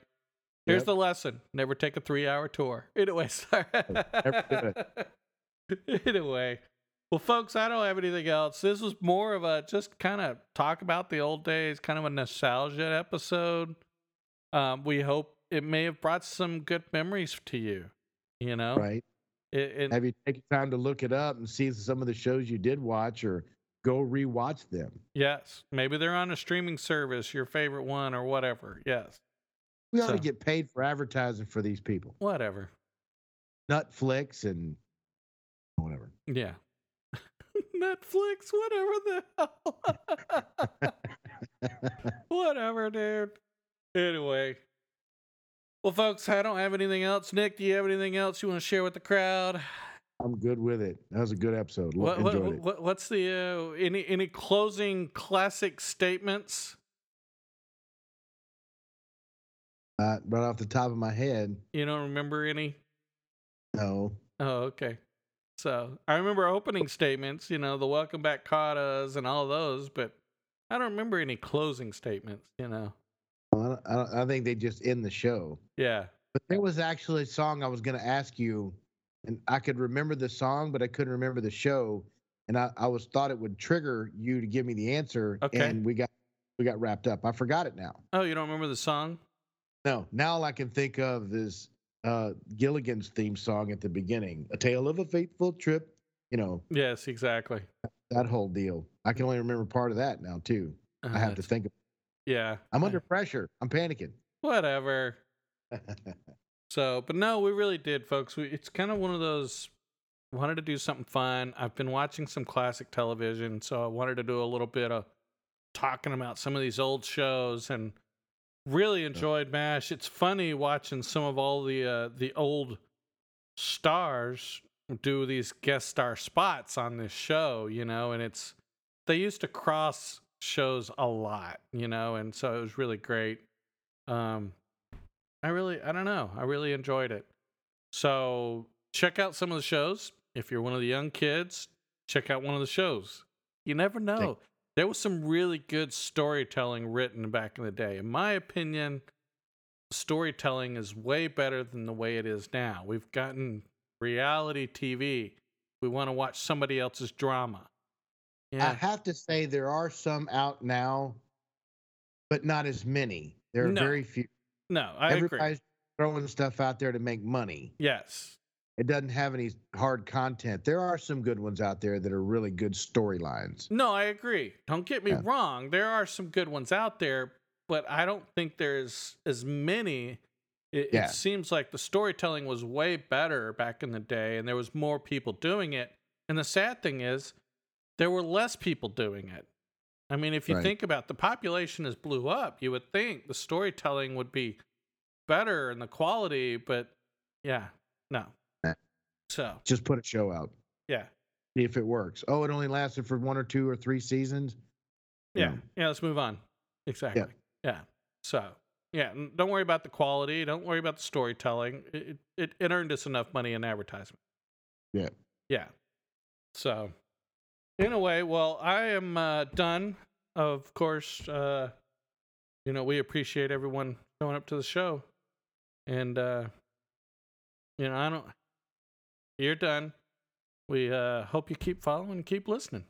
A: Here's
B: Yep.
A: the lesson never take a three hour tour. Anyway, sorry.
B: Never
A: anyway, well, folks, I don't have anything else. This was more of a just kind of talk about the old days, kind of a nostalgia episode. Um, we hope it may have brought some good memories to you, you know?
B: Right?
A: It- it-
B: Have you taken time to look it up and see some of the shows you did watch, or go rewatch them?
A: Yes. Maybe they're on a streaming service, your favorite one or whatever. Yes.
B: We ought
A: So-
B: to get paid for advertising for these people,
A: Whatever.
B: Netflix and whatever.
A: Yeah. Netflix, whatever the hell. whatever, dude. Anyway. Well, folks, I don't have anything else. Nick, do you have anything else you want to share with the crowd?
B: I'm good with it. That was a good episode. Lo-
A: What,
B: Enjoyed
A: what,
B: it.
A: what, what's the uh, any any closing classic statements?
B: Uh, right off the top of my head,
A: You don't remember any?
B: no.
A: Oh, okay. So I remember
B: Oh.
A: opening statements, you know, the welcome back katas and all those, but I don't remember any closing statements, you know.
B: I, don't, I, don't, I think they just end the show.
A: Yeah.
B: But there was actually a song I was going to ask you, and I could remember the song, but I couldn't remember the show. And I, I was thought it would trigger you to give me the answer.
A: Okay.
B: And we got we got wrapped up. I forgot it now.
A: Oh, you don't remember the song?
B: No, now all I can think of is uh, Gilligan's theme song at the beginning, "A Tale of a Fateful Trip." You know
A: Yes, exactly.
B: that whole deal. I can only remember part of that now too.
A: Uh,
B: I have to
A: that's-
B: think. Of,
A: Yeah.
B: I'm
A: I-
B: under pressure. I'm panicking.
A: whatever. So, but no, we really did, folks. We, it's kind of one of those wanted to do something fun. I've been watching some classic television, so I wanted to do a little bit of talking about some of these old shows and really enjoyed MASH. It's funny watching some of all the uh, the old stars do these guest star spots on this show, you know, and it's they used to cross shows a lot, you know, and so it was really great. Um I really, I don't know. I really enjoyed it. So check out some of the shows. If you're one of the young kids, check out one of the shows. You never know. there was some really good storytelling written back in the day. In my opinion, storytelling is way better than the way it is now. We've gotten reality TV. We want to watch somebody else's drama.
B: I have to say there are some out now, but not as many. There are
A: No,
B: very few.
A: no, I agree.
B: Everybody's throwing stuff out there to make money.
A: Yes.
B: It doesn't have any hard content. There are some good ones out there that are really good storylines.
A: No, I agree. Don't get me
B: Yeah.
A: wrong. There are some good ones out there, but I don't think there's as many. It,
B: Yeah.
A: it seems like the storytelling was way better back in the day, and there was more people doing it. And the sad thing is, there were less people doing it. I mean, if you
B: Right.
A: think about the population has blew up, you would think the storytelling would be better and the quality, but yeah, no.
B: Yeah.
A: So
B: Just put a show out.
A: yeah,
B: See if it works. Oh, it only lasted for one or two or three seasons.
A: Yeah.
B: Yeah.
A: Yeah. Let's move on. Exactly. Yeah. So, yeah. n- Don't worry about the quality. Don't worry about the storytelling. It, it- it, it earned us enough money in advertisement.
B: Yeah.
A: Yeah. So, anyway, well, I am uh, done. Of course, uh, you know, we appreciate everyone showing up to the show. And, uh, you know, I don't, you're done. We uh, hope you keep following and keep listening.